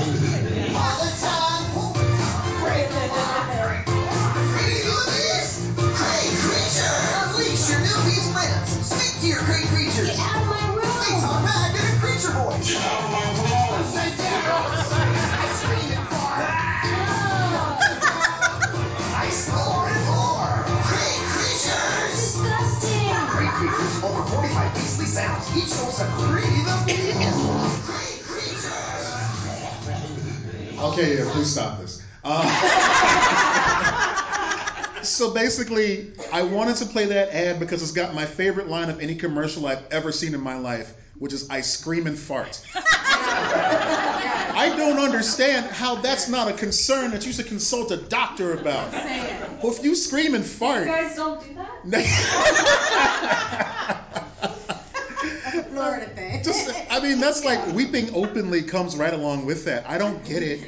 D: Okay. *laughs*
H: *laughs*
K: Over 45 beastly sounds, each soul separate. Great creatures!
D: Okay, yeah, please stop this. Uh, *laughs* so basically, I wanted to play that ad because it's got my favorite line of any commercial I've ever seen in my life, which is "I scream and fart." I don't understand how that's not a concern that you should consult a doctor about. Well, if you scream and fart,
L: guys don't do
D: *laughs*
L: that?
E: Florida thing.
D: Just, I mean, that's like weeping openly comes right along with that. I don't get it.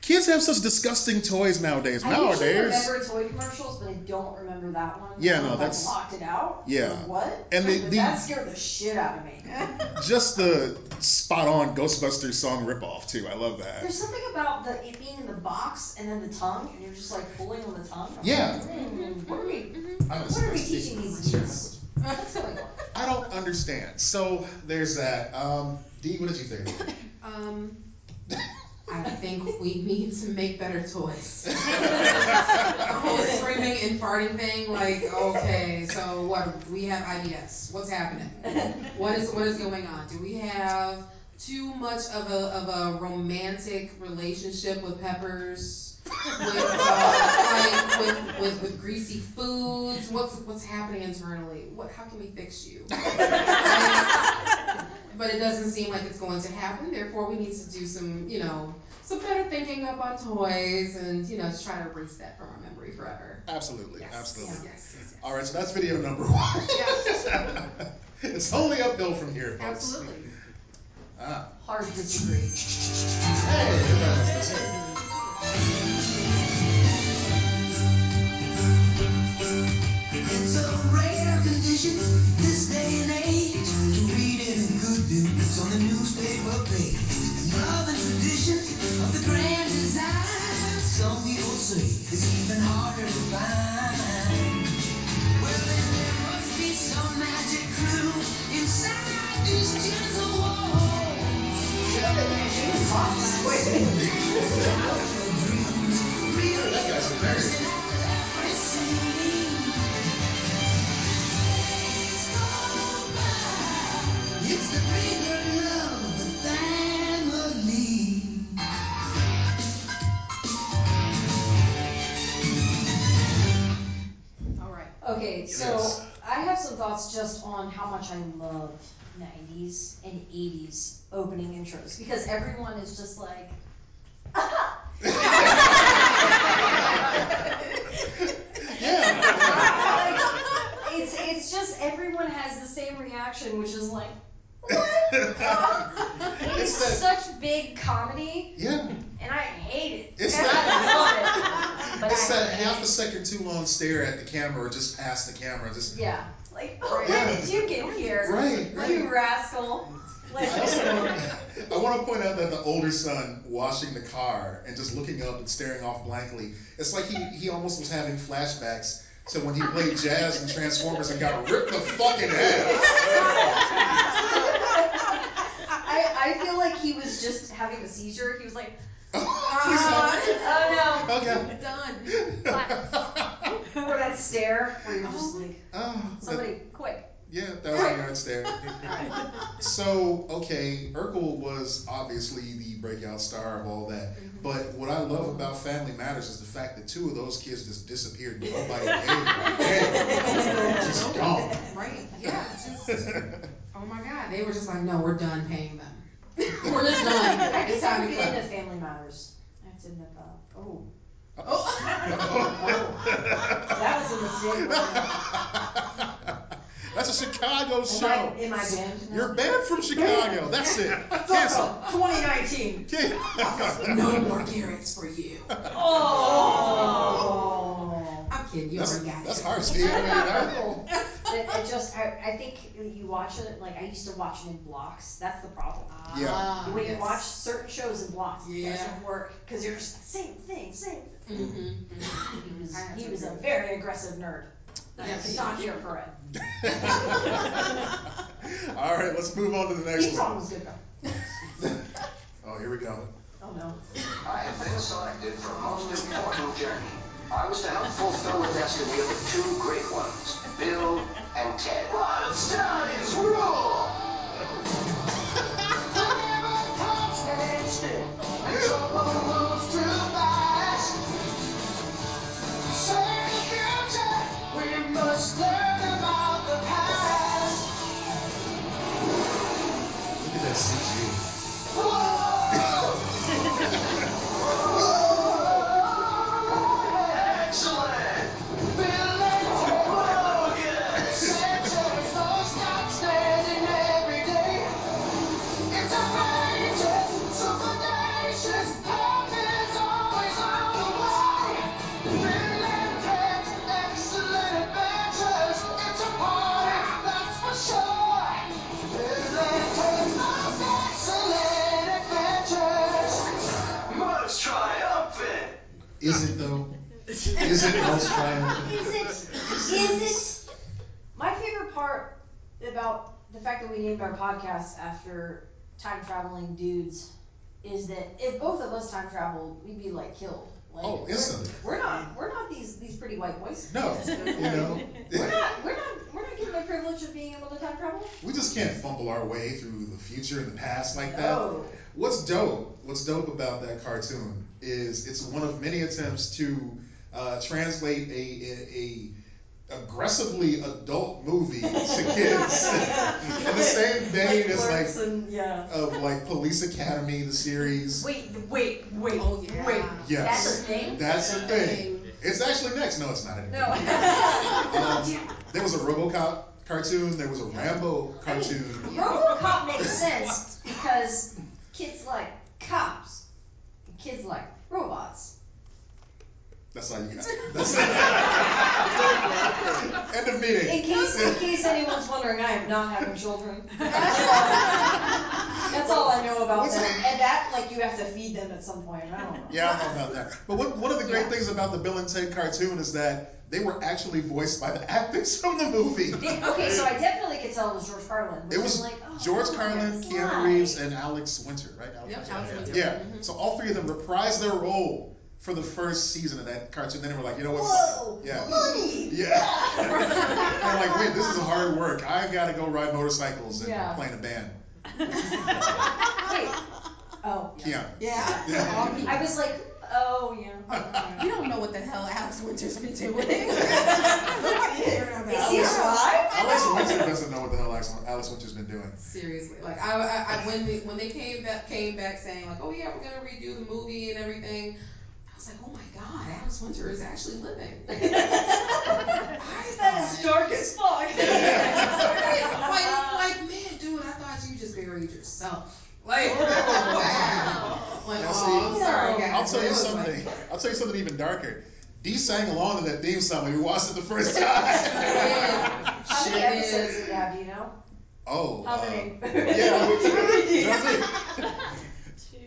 D: Kids have such disgusting toys nowadays.
H: I usually
D: nowadays,
H: remember toy commercials, but I don't remember that one.
D: Yeah,
H: I
D: no,
H: don't know if
D: that's-
H: I blocked it out.
D: yeah.
H: or What?
D: And the-
H: But
D: the-
H: that scared the shit out of me.
D: just the spot-on Ghostbusters song ripoff too. I love that.
H: There's something about the it being in the box and then the tongue, and you're just like pulling on the tongue. I'm
D: Yeah.
H: like, "Hmm, what are we?
D: I'm a
H: What are we
D: sexy-
H: teaching these kids? What's going on?
D: I don't understand. So there's that. Um, Dee, what did you think?
E: Um, I think we need to make better toys. Oh, the whole screaming and farting thing, like, okay, so what? We have IBS. What's happening?
H: *laughs*
E: What is what is going on? Do we have too much of a of a romantic relationship with peppers? With, uh, like, with, with, with greasy foods, what's what's happening internally? What how can we fix you? but it doesn't seem like it's going to happen. Therefore, we need to do some, you know, some better thinking up on toys and, you know, just try to erase that from our memory forever.
D: absolutely,
E: Yes,
D: absolutely.
E: Yes, yes, yes.
D: All right, so that's video number one. *laughs*
E: Yeah.
D: it's only uphill from here. folks.
E: Absolutely. *laughs*
D: Ah.
H: Hard disagree.
D: Hey,
K: It's a rare condition this day and age to read any good news on the newspaper page. Love and tradition of the grand design, some people say is even harder to find. Well, then there must be some magic clue inside these gentle walls.
D: that guy's hilarious.
K: It's the bigger love of the family.
E: All right.
H: Okay, so
D: Yes.
H: I have some thoughts just on how much I love 90s and 80s opening intros because everyone is just like,
D: Yeah.
H: it's it's just everyone has the same reaction, which is like, *laughs*
D: *laughs*
H: It's
D: It's that-
H: such big comedy,
D: yeah.
H: and I hate
C: *laughs*
H: it.
D: It's
H: I love it, but
D: It's
H: I
D: that
H: hate
D: half a
H: it.
D: second too long stare at the camera or just past the camera. Just
H: Yeah. Like, oh,
D: Yeah.
H: when did you get here?
D: right,
H: You
D: right.
H: rascal.
C: *laughs*
H: Like,
D: I also wanna- I want to point out that the older son washing the car and just looking up and staring off blankly. It's like he, he almost was having flashbacks to when he played jazz in Transformers and got ripped the fucking ass. *laughs*
H: I, I feel like he was just having a seizure. He was like,
E: Uh, *laughs*
D: He's
H: oh
D: like, okay.
E: Done.
H: no. Remember that stare where you're just like,
D: Oh, that-
H: somebody, quick.
D: yeah, thousand yard
H: *laughs*
D: stare. So, okay, Urkel was obviously the breakout star of all that.
H: Mm-hmm.
D: But what I love about Family Matters is the fact that two of those kids just
H: *laughs*
D: disappeared. Nobody paid. Just gone.
E: *laughs* Right. Yeah. it's just- oh my God. They were just like, no, we're done paying them. we're just done. *laughs* It's time to
H: get into
E: quit.
H: family matters. I have to nip up. Oh,
E: *laughs*
D: that
H: that was a mistake. wasn't it?
D: *laughs* That's a Chicago
H: Am I,
D: show.
H: am I banned? now?
D: You're banned from Chicago. That's
H: *laughs*
D: it. Cancel.
H: 2019.
D: Cancel.
E: No more carrots for you.
H: *laughs*
A: *laughs*
L: *laughs*
H: Oh.
E: I'm kidding. You
D: That's,
E: already got
D: *laughs* that's
E: it.
D: hard, Steve. I mean, I-
H: It, it just, I, I think you watch it, like, I used to watch it in blocks. That's the problem.
D: Yeah.
E: Ah,
H: when you
E: yes.
H: watch certain shows in blocks, it
E: Yeah.
H: doesn't work because you're just same thing, same.
E: Mhm.
H: He was,
E: I have
H: he
E: to
H: was a
E: agree.
H: very aggressive nerd. I
E: Yes.
H: was not here for it.
D: *laughs* All right, let's move on to the next
H: Each song
D: one.
H: was good though.
D: Oh, here we go.
H: Oh no.
J: I have been selected for a most important journey. I was to help fulfill the destiny of the two great ones, Bill and Ted. Wild stallions rule! We must learn about the past.
D: Look at that CG.
J: Excellent! Bill and Ted Santa's don't stop standing every day. It's outrageous, supernations, help is always on the way. Bill and Ted's excellent adventures, it's a party, that's for sure. Bill and Ted's most excellent adventures. Most triumphant.
D: Is it though? Is it most triumphant?
H: Is it? Is it? My favorite part about the fact that we named our podcast after time traveling dudes is that if both of us time traveled, we'd be like killed. Like,
D: Oh,
H: we're-
D: instantly.
H: We're not. We're not these these pretty white boys.
D: No, you know,
H: We're not. We're not. We're not given the privilege of being able to time travel.
D: we just can't fumble our way through the future and the past like that.
H: No.
D: What's dope? What's dope about that cartoon is it's one of many attempts to uh, translate a, a, a aggressively adult movie to kids *laughs* in the same vein as like
H: Clerks and- yeah.
D: of like Police Academy, the series.
H: Wait, wait, wait,
E: Oh, yeah.
H: wait. That's a
D: Yes,
H: thing?
D: that's the thing. It's actually next. No, it's not anymore.
H: No. *laughs*
D: Um, there was a RoboCop cartoon. There was a Rambo cartoon.
H: RoboCop makes sense because kids like cops. And kids like robots.
D: That's all you got. That's it. *laughs* End of
H: In
D: meeting.
H: case, in case *laughs* anyone's wondering, I am not having *laughs* children. That's all, that's all I know about
D: What's
H: them.
D: it-
H: And that, like, you have to feed them at some point. I *laughs* don't know.
D: Yeah, I don't know about that. But one, one of the great things about the Bill and Ted cartoon is that they were actually voiced by the *laughs* actors from the movie.
H: Did- okay, so I definitely could tell it was George Carlin. Which
D: It was
H: is like, oh,
D: George
H: that's
D: Carlin, Keanu
H: sly.
D: Reeves, and Alex Winter, right? Alex
E: Yep,
D: Winter.
E: Alex Winter.
D: Yeah. So all three of them reprised their role for the first season of that cartoon. Then they were like, you know what? fuck it.
H: Whoa,
D: Yeah.
H: money.
D: Yeah. *laughs* I'm like, wait, this is hard work. I've got to go ride motorcycles and
H: Yeah.
D: play in a band.
H: Wait. Oh.
D: Keanu. *laughs*
E: Yeah.
H: *laughs*
D: Yeah.
H: I was like, oh, *laughs* yeah.
E: You don't know what the hell Alex Winter's been doing. *laughs* Nobody here knows
H: Is
E: Alex
H: he
E: Winter.
H: alive?
D: Alex Winter doesn't know what the hell Alex, Alex Winter's been
H: *laughs*
D: doing.
E: Seriously, like I, I, I when they, when they came back came back saying like, oh yeah, we're gonna redo the movie and everything. I was like, oh my god, Alex Winter is actually living. *laughs*
H: that is dark as fuck.
E: like, like, man, dude, I thought you yourself. Like, *laughs* Like,
D: Now,
E: oh, I'm
D: see,
E: sorry, guys.
D: I'll tell
E: It
D: you
E: was
D: something. I'll tell you something even darker. Dee sang along to that theme song when we watched it the first time.
H: How many episodes did it have, do you know?
D: oh.
H: How
D: uh,
H: *laughs* many?
D: yeah. That's it.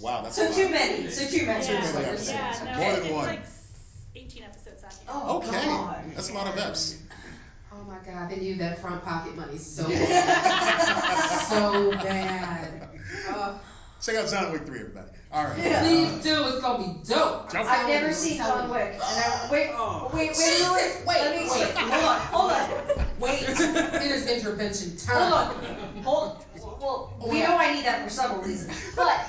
D: Wow, that's a
H: So
D: lot.
H: too many. So too many.
D: Too many episodes.
L: Yeah, no,
D: More
L: it-
D: than
L: it's
D: one.
L: like 18 episodes on here. *laughs*
H: Oh,
D: okay.
H: God.
D: That's a lot of eps.
E: Oh my God, they need that front pocket money so bad. so bad.
H: Oh,
E: Uh,
D: *laughs* Check out John Wick 3, everybody. All right.
E: Please do, it's gonna be dope.
D: John
H: I've never seen John Wick, and I wait, wait, wait, wait, wait. Let me
E: *laughs* wait,
H: explain. Hold on, hold on,
E: *laughs* Wait, it is intervention time. Uh-huh,
H: hold on, hold. Well, we know I need that for several reasons, but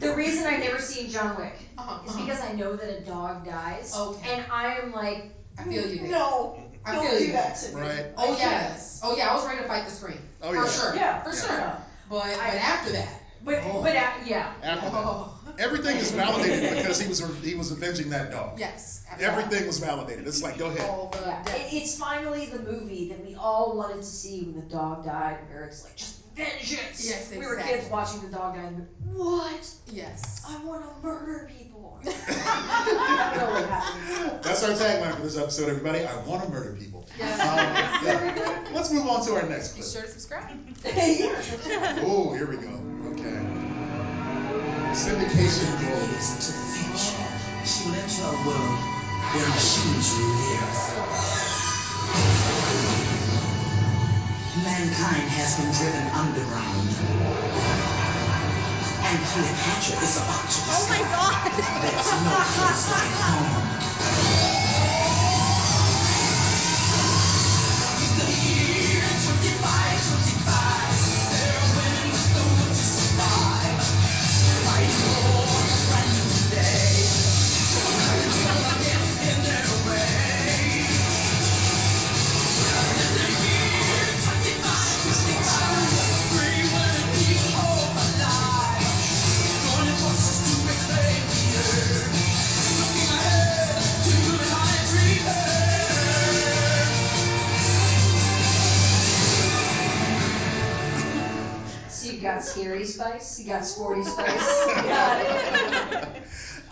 H: the reason I never seen John Wick
E: Uh-huh,
H: is
E: uh-huh.
H: because I know that a dog dies,
E: Okay.
H: and I am like,
E: I feel you. Nick.
H: no,
E: I
H: don't
E: feel
H: do
E: you.
H: that to me.
D: Right.
E: Oh
H: I can't.
E: yes. Oh yeah, I was ready to fight the screen.
D: Oh,
E: for
D: yeah.
E: sure.
H: Yeah.
E: For
D: Yeah.
E: sure. But but after that.
H: But
E: Oh.
H: but uh, yeah,
D: After that.
E: Oh,
D: Everything is validated because he was he was avenging that dog.
E: yes. after that.
D: Everything was validated. It's like, go ahead.
E: All the
H: yeah.
E: death.
H: It, it's finally the movie that we all wanted to see when the dog died. and Eric's like, just vengeance.
E: Yes,
H: We were
E: exactly.
H: kids watching the dog die. And we what?
E: Yes.
H: I want to murder *laughs* people. That's not what happens.
D: That's our tagline for this episode, everybody. I want to murder people.
E: Yes.
D: Um, let's move on to our next
E: Be
D: clip.
E: sure to *laughs* subscribe.
D: Oh, here we go. Okay. Syndication gold.
K: Gaze into the future. She left her world where machines rule the earth. Mankind has been driven underground. And Cleopatra is about to
C: Oh my
K: discover
C: god.
K: there's no place like home.
H: So you got scary spice. You got sporty spice. *laughs* You got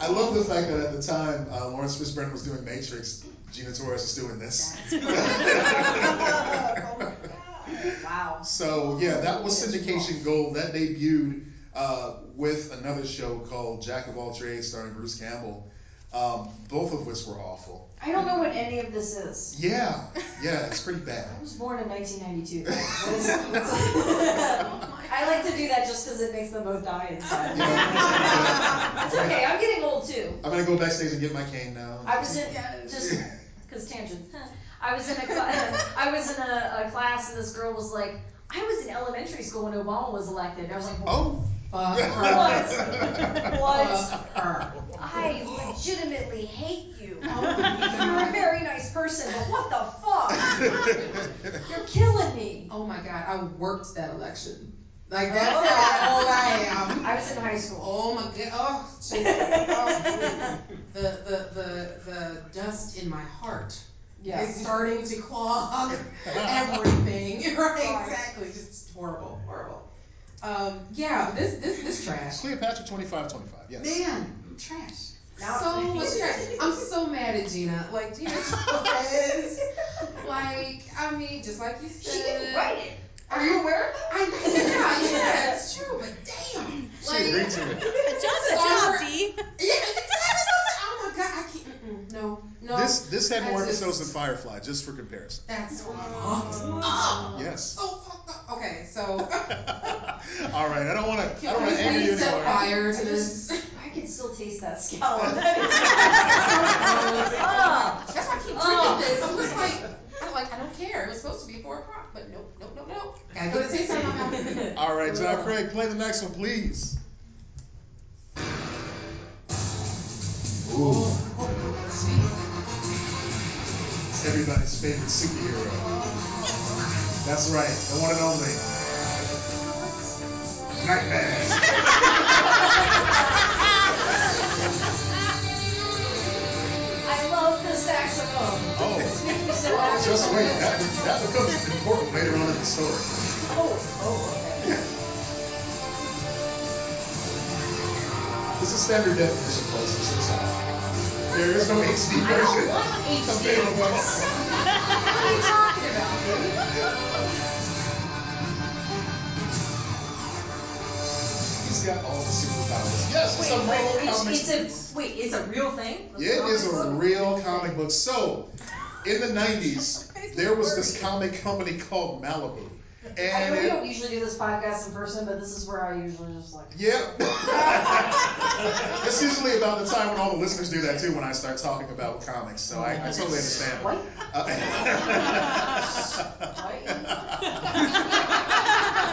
D: I love the fact that at the time uh, Lawrence Fishburne was doing Matrix, Gina Torres is doing this.
H: wow.
D: So yeah, that was Syndication Gold that debuted uh, with another show called Jack of All Trades, starring Bruce Campbell. Um, both of which were awful.
H: I don't know what any of this is.
D: Yeah, yeah, it's pretty *laughs* bad.
H: I was born in *laughs* 1992. What is- I like to do that just because it makes them both die inside. It's okay. I'm getting old too.
D: I'm gonna go backstage and get my cane now.
H: I was in just because tangents. I was in a cla- *laughs* I was in a, a class and this girl was like, I was in elementary school when Obama was elected. And I was like,
D: Oh.
E: Fuck
H: What? What?
E: Fuck her.
H: I legitimately hate you. You're a very nice person, but what the fuck? You're killing me.
E: Oh my god, I worked that election. Like that's how old I am.
H: Oh, I was in high school.
E: Oh my god. Oh, Jesus. Oh, dude. the, the the the dust in my heart is
H: Yes.
E: starting to
H: *laughs*
E: clog everything. *laughs* Right?
H: Right.
E: Exactly. Just horrible, horrible. Um, yeah, this this this trash.
D: Cleopatra 2525. Yes.
E: Man, trash.
H: Now- *laughs*
E: so much trash. I'm so mad at Gina. Like Gina Torres. like I mean, just like you said.
H: She didn't write it. Are you aware of that? *laughs*
E: I yeah, yeah, it's true, but damn.
D: She agreed to it.
C: Just a job,
H: *laughs*
C: D.
E: Yeah, exactly. Oh my god, I can't. Mm-mm, no, no.
D: This this had more
E: I just-
D: episodes than Firefly, just for comparison.
E: That's so fucked up.
D: Yes.
E: So fucked up. Okay,
D: *laughs*
E: so.
D: All right, I don't want to. I
E: Can
D: don't
E: we
D: want to anger you
E: please set
D: anymore.
E: fire to this?
H: I can still taste that scallop.
E: *laughs* Oh, That's why I keep drinking this. I'm just like, I'm like, I don't care. It was supposed to be four o'clock, but nope, nope, nope, nope. Gotta get Oh the taste out of my mouth.
D: All right, John Craig, play the next one, please. Ooh. It's everybody's favorite superhero. *laughs* That's right, the one and only. Nightmare.
H: Oh, I love the saxophone.
D: Oh,
H: Speaking of saxophone-
D: just wait. That, that becomes important later on in the story. *laughs*
H: Oh,
D: This is standard definition places. it's not- There is no HD version. available. He's got all the superpowers. Yes, it's a
H: Wait, wait,
D: real comic.
H: it's, it's a wait, it's a real thing.
D: Yeah, it is a real comic book. So, in the 90s, there was this comic company called Malibu.
H: I
D: And
H: know we
D: it,
H: don't usually do this podcast in person, but this is where I usually just like.
D: yeah. *laughs*
H: *laughs*
D: It's usually about the time when all the listeners do that too when I start talking about comics, so I, I totally understand. Uh,
H: What?
D: *laughs*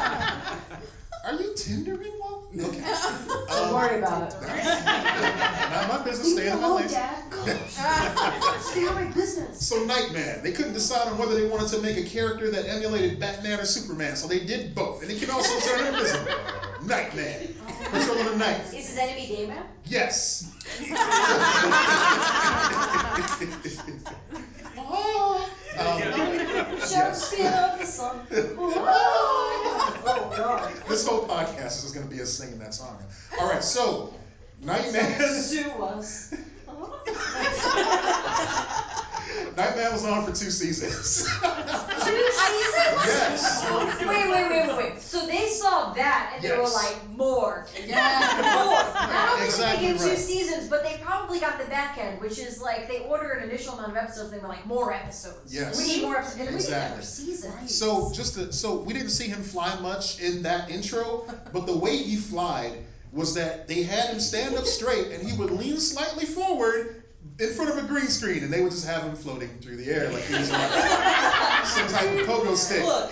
D: Are you Tindering one? Okay.
H: Don't worry about it.
D: Not my business. Stay in my
H: alone,
D: lane.
H: Dad. Stay out of my business.
D: *laughs* So Nightman, they couldn't decide on whether they wanted to make a character that emulated Batman or Superman, so they did both, and it can also turn invisible. *laughs* Nightman, control of the night.
H: Is his enemy Dayman?
D: Yes. *laughs* Um, yes.
H: Shakespeare Oh, *laughs* of the sun. Oh, God.
D: This whole podcast is just going to be us singing that song. All right, so Nightman.
H: Sue us.
D: Nightman was on for two seasons. *laughs*
H: yes.
D: Yes.
H: Wait, wait, wait, wait, wait. So they saw that and they were
D: Yes.
H: like, more.
E: Yeah.
H: More. I don't think
D: *laughs* Exactly
H: they get two
D: right.
H: seasons, but they probably got the back end, which is like they order an initial amount of episodes, they were like, more episodes.
D: Yes.
H: We need more episodes. And we need
D: Exactly.
H: another season.
D: So just to, so we didn't see him fly much in that intro, but the way he flied was that they had him stand up straight and he would lean slightly forward in front of a green screen and they would just have him floating through the air like he was on *laughs* some type of pogo stick.
H: Look,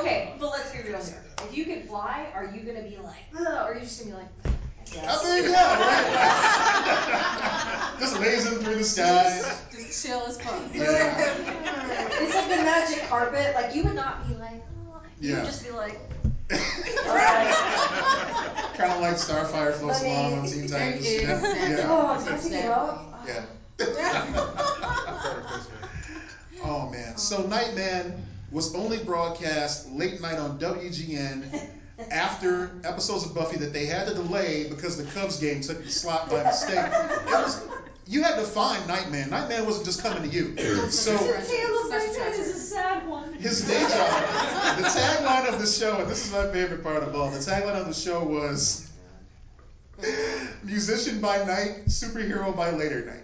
H: okay, but let's be real here. If you can fly, are you gonna be like, Ugh, or are you just gonna be like,
D: I mean, *laughs* yeah, right? just lazing through the sky.
E: Just chill as fuck.
D: Yeah.
H: it's like the magic carpet. Like you would not be like, oh, you
D: Yeah.
H: would just
D: *laughs*
H: be like,
D: kind of like Starfire floats
H: I mean,
D: along on Teen Titans. Yeah. yeah.
H: oh, I'm gonna get up.
D: Yeah. oh man. So Nightman was only broadcast late night on WGN after episodes of Buffy that they had to delay because the Cubs game took the slot by mistake. It
H: *laughs*
D: was you had to find Nightman. Nightman wasn't just coming to you. So
H: Caleb, my
E: Such a
H: dad
E: treasure.
H: is a sad one.
D: his day job. The tagline of the show, and this is my favorite part of all, the tagline of the show was Musician by night, superhero by later night.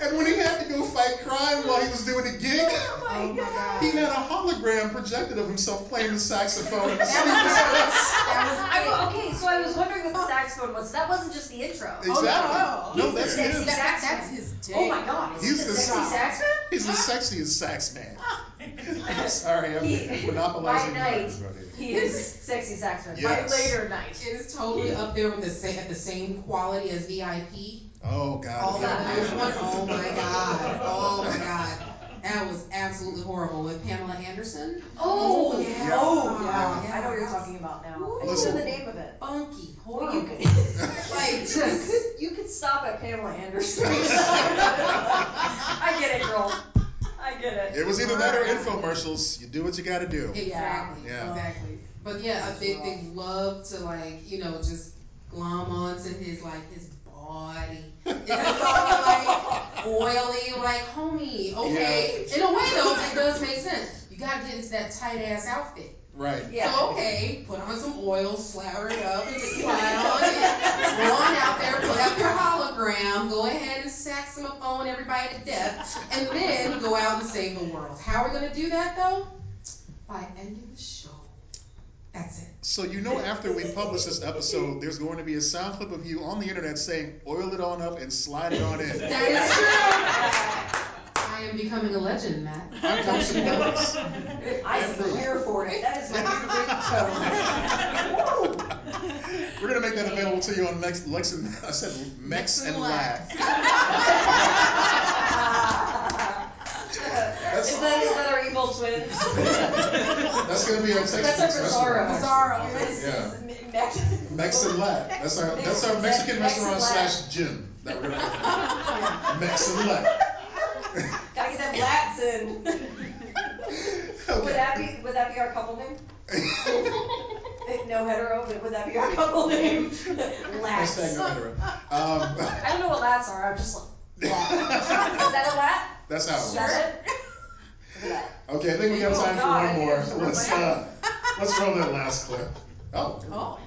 D: and when he had to go fight crime while he was doing a gig,
E: Oh my god.
D: he had a hologram projected of himself playing the saxophone in the city.
H: *laughs* I wa- okay, so I was wondering what the saxophone was. That wasn't just the intro.
D: Exactly. No, that's
H: Sexy
D: him.
E: That-
H: sax
E: that's
H: man.
E: his dick.
H: Oh my god,
D: He's
H: he's the
D: the
H: sexy
D: sax-
H: sax man?
D: He's the sexiest sax
H: *laughs*
D: man. I'm sorry, I'm monopolizing the
H: By night.
D: microphone here.
H: He is sexy sax man.
D: Yes.
H: By later night.
E: It is totally up there with the same, at the same quality as VIP.
D: Oh God.
E: All
D: yeah.
E: that other one, oh my god, oh my god, that was absolutely horrible with Pamela Anderson.
H: Oh,
E: Oh,
H: yeah.
E: yeah.
H: Oh,
E: Yeah.
H: yeah. I know what you're talking about now. I just
D: Listen.
H: know the name of it.
E: Funky,
H: Well, you
E: horrible.
H: could, *laughs*
E: Like,
H: you
E: *laughs*
H: could, you could stop at Pamela Anderson. I get it, girl. *laughs* I get it.
D: It was either that or infomercials. You do what you gotta do.
E: Exactly,
D: Yeah.
E: exactly. But yeah, they they love to like you know just glom onto his like his body. It's all like oily, like homie. Okay, in a way though, it does make sense. You gotta get into that tight ass outfit.
D: Right.
H: Yeah.
E: So okay, put on some oil, slather it up, and just
H: *laughs*
E: slide on in. Go on out there, put up your hologram, go ahead and saxophone everybody to death, and then go out and save the world. How are we gonna do that though? By ending the show. That's it.
D: So you know, after we publish this episode, there's going to be a sound clip of you on the internet saying, "Oil it on up and slide it on in."
E: That is true. I am becoming a legend, Matt.
D: I'm comfortable with this.
H: I am here for it. That is my *laughs* new ringtone. Woo!
D: We're gonna make that available to you on Lex, Lex and I said Mex and Lax. That's,
H: Is that, is that our evil twin?
D: that's gonna be our Texas.
H: That's our Bizarro.
E: Bizarro.
H: This
D: Yeah.
H: is me- Mex-
D: Mex and Lax. That's our that's our Mexican
H: Mex and
D: restaurant
H: Lax.
D: slash gym that we're gonna. Mex and Lax.
C: Gotta get that Lats in. Would that
D: *laughs*
C: be would that be our couple name? no hetero, but would that be our *laughs* couple name? Lats.
K: Hashtag no hetero.
D: *laughs*
K: Um,
C: I don't know what lats are. I'm just like. Lat. Is that a lat?
K: that's how it works.
C: Is that it? *laughs*
K: Okay, I think we got
C: Oh,
K: time for
C: God,
K: one
C: I
K: more.
C: think I'm
K: Let's
C: sure.
K: uh, let's roll that last clip. Oh,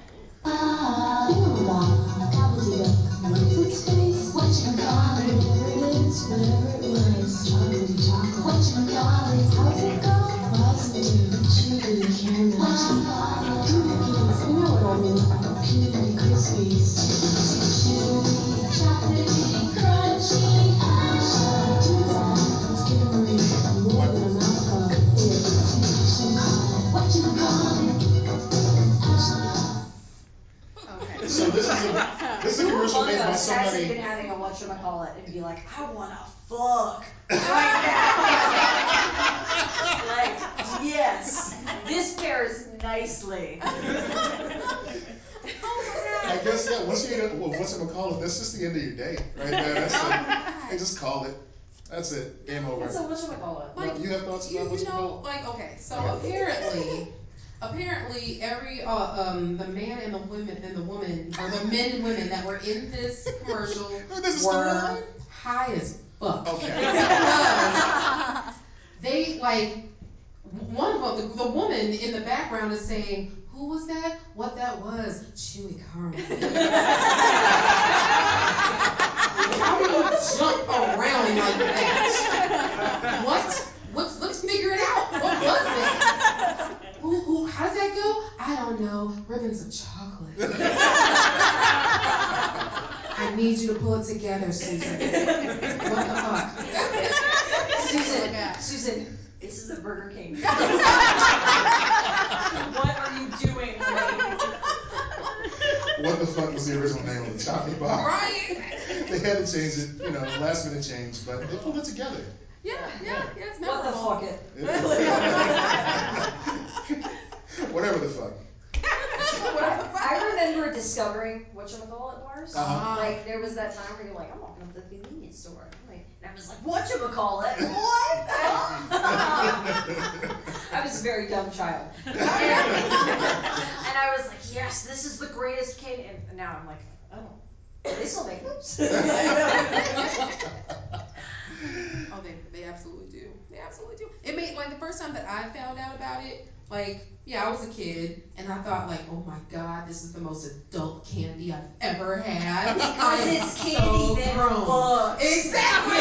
K: so this is a, this is a commercial made by
C: Actually, been
K: somebody.
C: having a what should I call it and be like, I wanna
K: *laughs*
C: fuck right now. like, yes, this pairs *laughs*
H: *laughs*
C: nicely.
H: Oh,
K: I guess yeah. Once you well, once in McCall, that's just the end of your day, right there. That's
C: *laughs*
K: like, hey, just call it. That's it. Game over.
C: That's a what should I call it?
K: Rob, you have thoughts
E: You,
K: about what
E: you
K: you
E: know,
K: call?
E: like okay, so
K: Okay.
E: apparently, apparently every uh, um the man and the women and the woman or the men and women that were in this commercial
K: *laughs* This is
E: were high as fuck.
K: Oh.
C: *laughs*
K: Okay.
E: they like w- one of them, the, the woman in the background is saying, "Who was that? What that was? Chewy Carmen."
K: *laughs*
E: How do you jump around like that? What? Let's let's figure it out. What was it? Who, who, how did that go? I don't know. Ribbons of chocolate. I need you to pull it together, Susan. What the fuck?
C: Susan,
E: God.
C: Susan, this is a Burger King. what are you doing?
K: What the fuck was the original name of the chocolate bar?
E: Right?
K: They had to change it, you know, last minute change, but they pulled it together.
E: Yeah, yeah, yeah. It's
C: What the
E: memorable.
C: fuck
E: *laughs*
C: it?
K: *laughs* Whatever the fuck.
C: I remember discovering what you call it bars.
K: Uh-huh.
C: Like there was that time where you're like, I'm walking up to the convenience store. I'm like, and I was like, what you call it? What? the hell?" I was a very dumb child. and I was like, yes, this is the greatest kid. And now I'm like, oh, they still make those.
E: Oh, they, they absolutely do. They absolutely do. It made like the first time that I found out about it, like yeah, I was a kid and I thought like, oh my god, this is the most adult candy I've ever had. I
C: because
E: am
C: it's candy
E: so
C: that
E: grown.
C: books.
E: Exactly.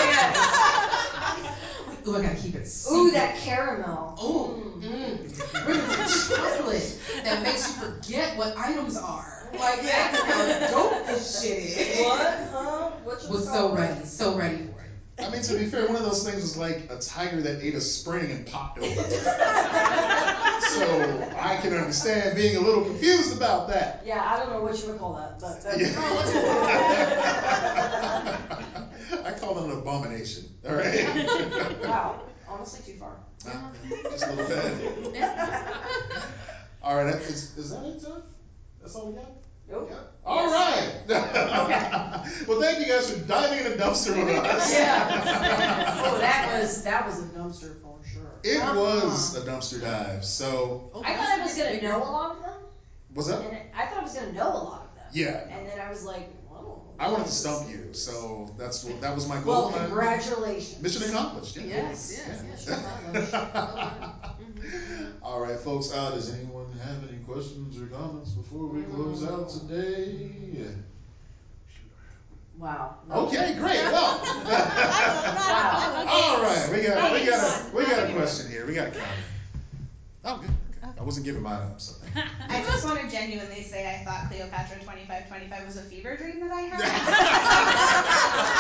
C: Yeah.
E: *laughs* Ooh, I gotta keep it. Secret.
C: Ooh, that caramel.
E: Ooh, mm, ribbons of chocolate that makes you forget what items are. Like that's how dope this shit is.
C: What? Huh? What you
E: Was
C: call
E: so
C: it?
E: ready, so ready for it.
K: I mean, to be fair, one of those things was like a tiger that ate a spring and popped open.
E: *laughs*
K: so I can understand being a little confused about that.
C: Yeah, I don't know what you would call that, but that's
K: *laughs* I call it an abomination. All right.
C: wow. Honestly, too far.
K: Just a little bit.
C: *laughs*
K: All right. that- Is, is that it, John? That's all we got.
C: Nope.
K: Yeah. All right. okay. *laughs* Well, thank you guys for diving in a dumpster with us.
C: Yeah. oh, that was that was a dumpster for sure. Uh-huh.
K: It was a dumpster dive. So
C: I thought I was gonna know a lot of them,
K: was that?
C: and I thought I was gonna know a lot of them.
K: Yeah.
C: And then I was like, whoa.
K: I wanted to stump you, so that's what, that was my goal.
C: Well, congratulations.
K: Mission accomplished. Yeah.
E: Yes, yes, yes, sure.
K: *laughs*
C: Mm-hmm.
K: All right, folks. Uh, does anyone have any questions or comments before we close out today?
C: Wow.
K: Okay, great.
C: *laughs*
K: Well,
C: Wow.
K: *laughs* all right. We got we got a, we got a question here. We got a comment. Oh, good. Okay. I wasn't giving mine up. So. thank you.
H: I just want to genuinely say I thought Cleopatra 2525 was a fever dream that I had.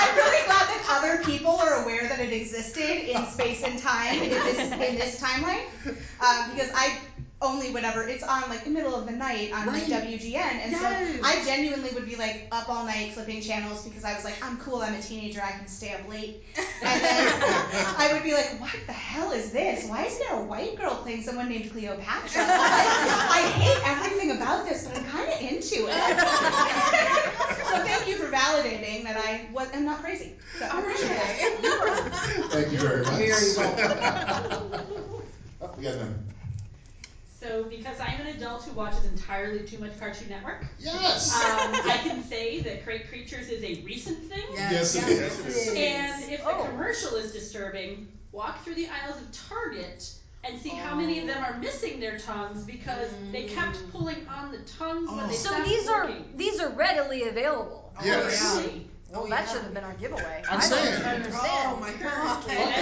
H: I'm really glad that other people are aware that it existed in space and time in this, in this timeline um, because I only whenever it's on like the middle of the night on like WGN and
E: Yes.
H: so I genuinely would be like up all night flipping channels because I was like I'm cool I'm a teenager I can stay up late and then
C: *laughs*
H: I would be like what the hell is this why is there a white girl playing someone named Cleopatra
C: *laughs*
L: *laughs*
H: I hate everything about this but I'm kind of into it
F: So thank you for validating that I was am not crazy. So I appreciate it.
K: Thank you very much.
B: Very
K: Oh, *laughs* we got them.
L: So, because I'm an adult who watches entirely too much Cartoon Network,
K: Yes.
L: um, I can say that Great Creatures is a recent thing.
K: Yes, it Yes, is. it is. Oh.
L: And if the commercial is disturbing, walk through the aisles of Target and see *laughs* how many of them are missing their tongues because they kept
F: Mm.
L: pulling on the tongues when they
C: So
L: stopped
C: these are
L: working.
C: these are readily available.
K: Yes.
E: Oh,
L: yeah.
C: Well, that should have been our giveaway.
K: I'm
C: I
K: saying.
C: don't understand.
E: Oh my god.
L: And,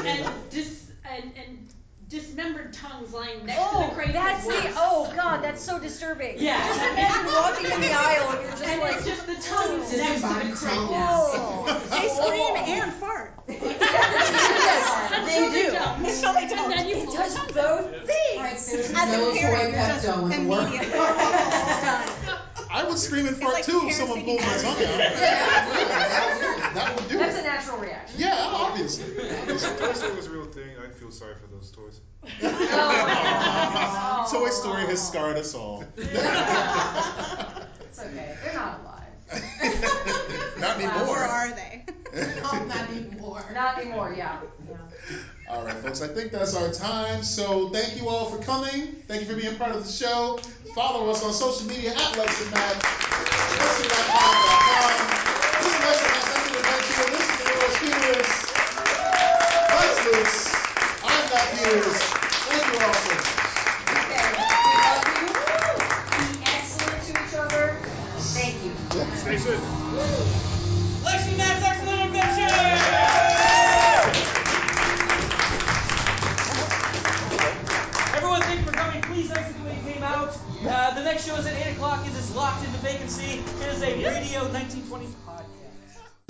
L: and, and, dis, and, and dismembered tongues lying next to the
C: Oh,
L: crate.
C: that's
L: was
C: the
L: worse.
C: oh god, that's so disturbing.
L: Yeah.
C: Just imagine walking in the aisle and you're just
L: And
C: like Oh.
L: it's just the tongues
E: Disembodied
L: next to the crate.
E: tongues.
C: *laughs*
B: They scream and
L: *laughs*
B: fart.
C: Yes, they do.
L: That's
B: So they
L: And
B: don't.
L: then you pull
C: Does
L: the tongues.
C: both
B: Things.
E: there's
B: As a
E: no toy
B: parent, you're just
E: Pepto in the world.
B: *laughs*
E: *laughs*
B: immediately
H: *laughs*
B: done.
K: I would scream and fart
B: like
K: too if
B: parents
K: someone
B: taking
K: pulled my tongue out. Yeah, that would do
C: That's a
K: it.
C: natural reaction.
K: Yeah, obviously. *laughs*
I: Toy Story was a real thing. I feel sorry for those toys.
D: Oh.
K: *laughs* Toy Story has scarred us all.
H: It's okay. They're not alive.
K: *laughs* Not
F: Where
K: anymore.
F: are they?
E: Not
K: *laughs*
E: anymore.
H: Not anymore, yeah.
K: All right, folks, I think that's our time. So thank you all for coming. Thank you for being part of the show. Follow us on social media at Lesson Mac, LessonMac.com. This is Lesson Mac. I'm your adventure. This is the Lord Peters. Lights loose. I'm not Peters. Thank you all so much.
H: Okay. We love you. Be excellent to each other. Thank you.
I: Stay safe.
B: Lexi Matt's excellent adventure.
A: Everyone, thank you for coming. Please exit the way you came out. Uh, the next show is at 8 o'clock. It is Locked into Vacancy. It is a Radio 1920s podcast.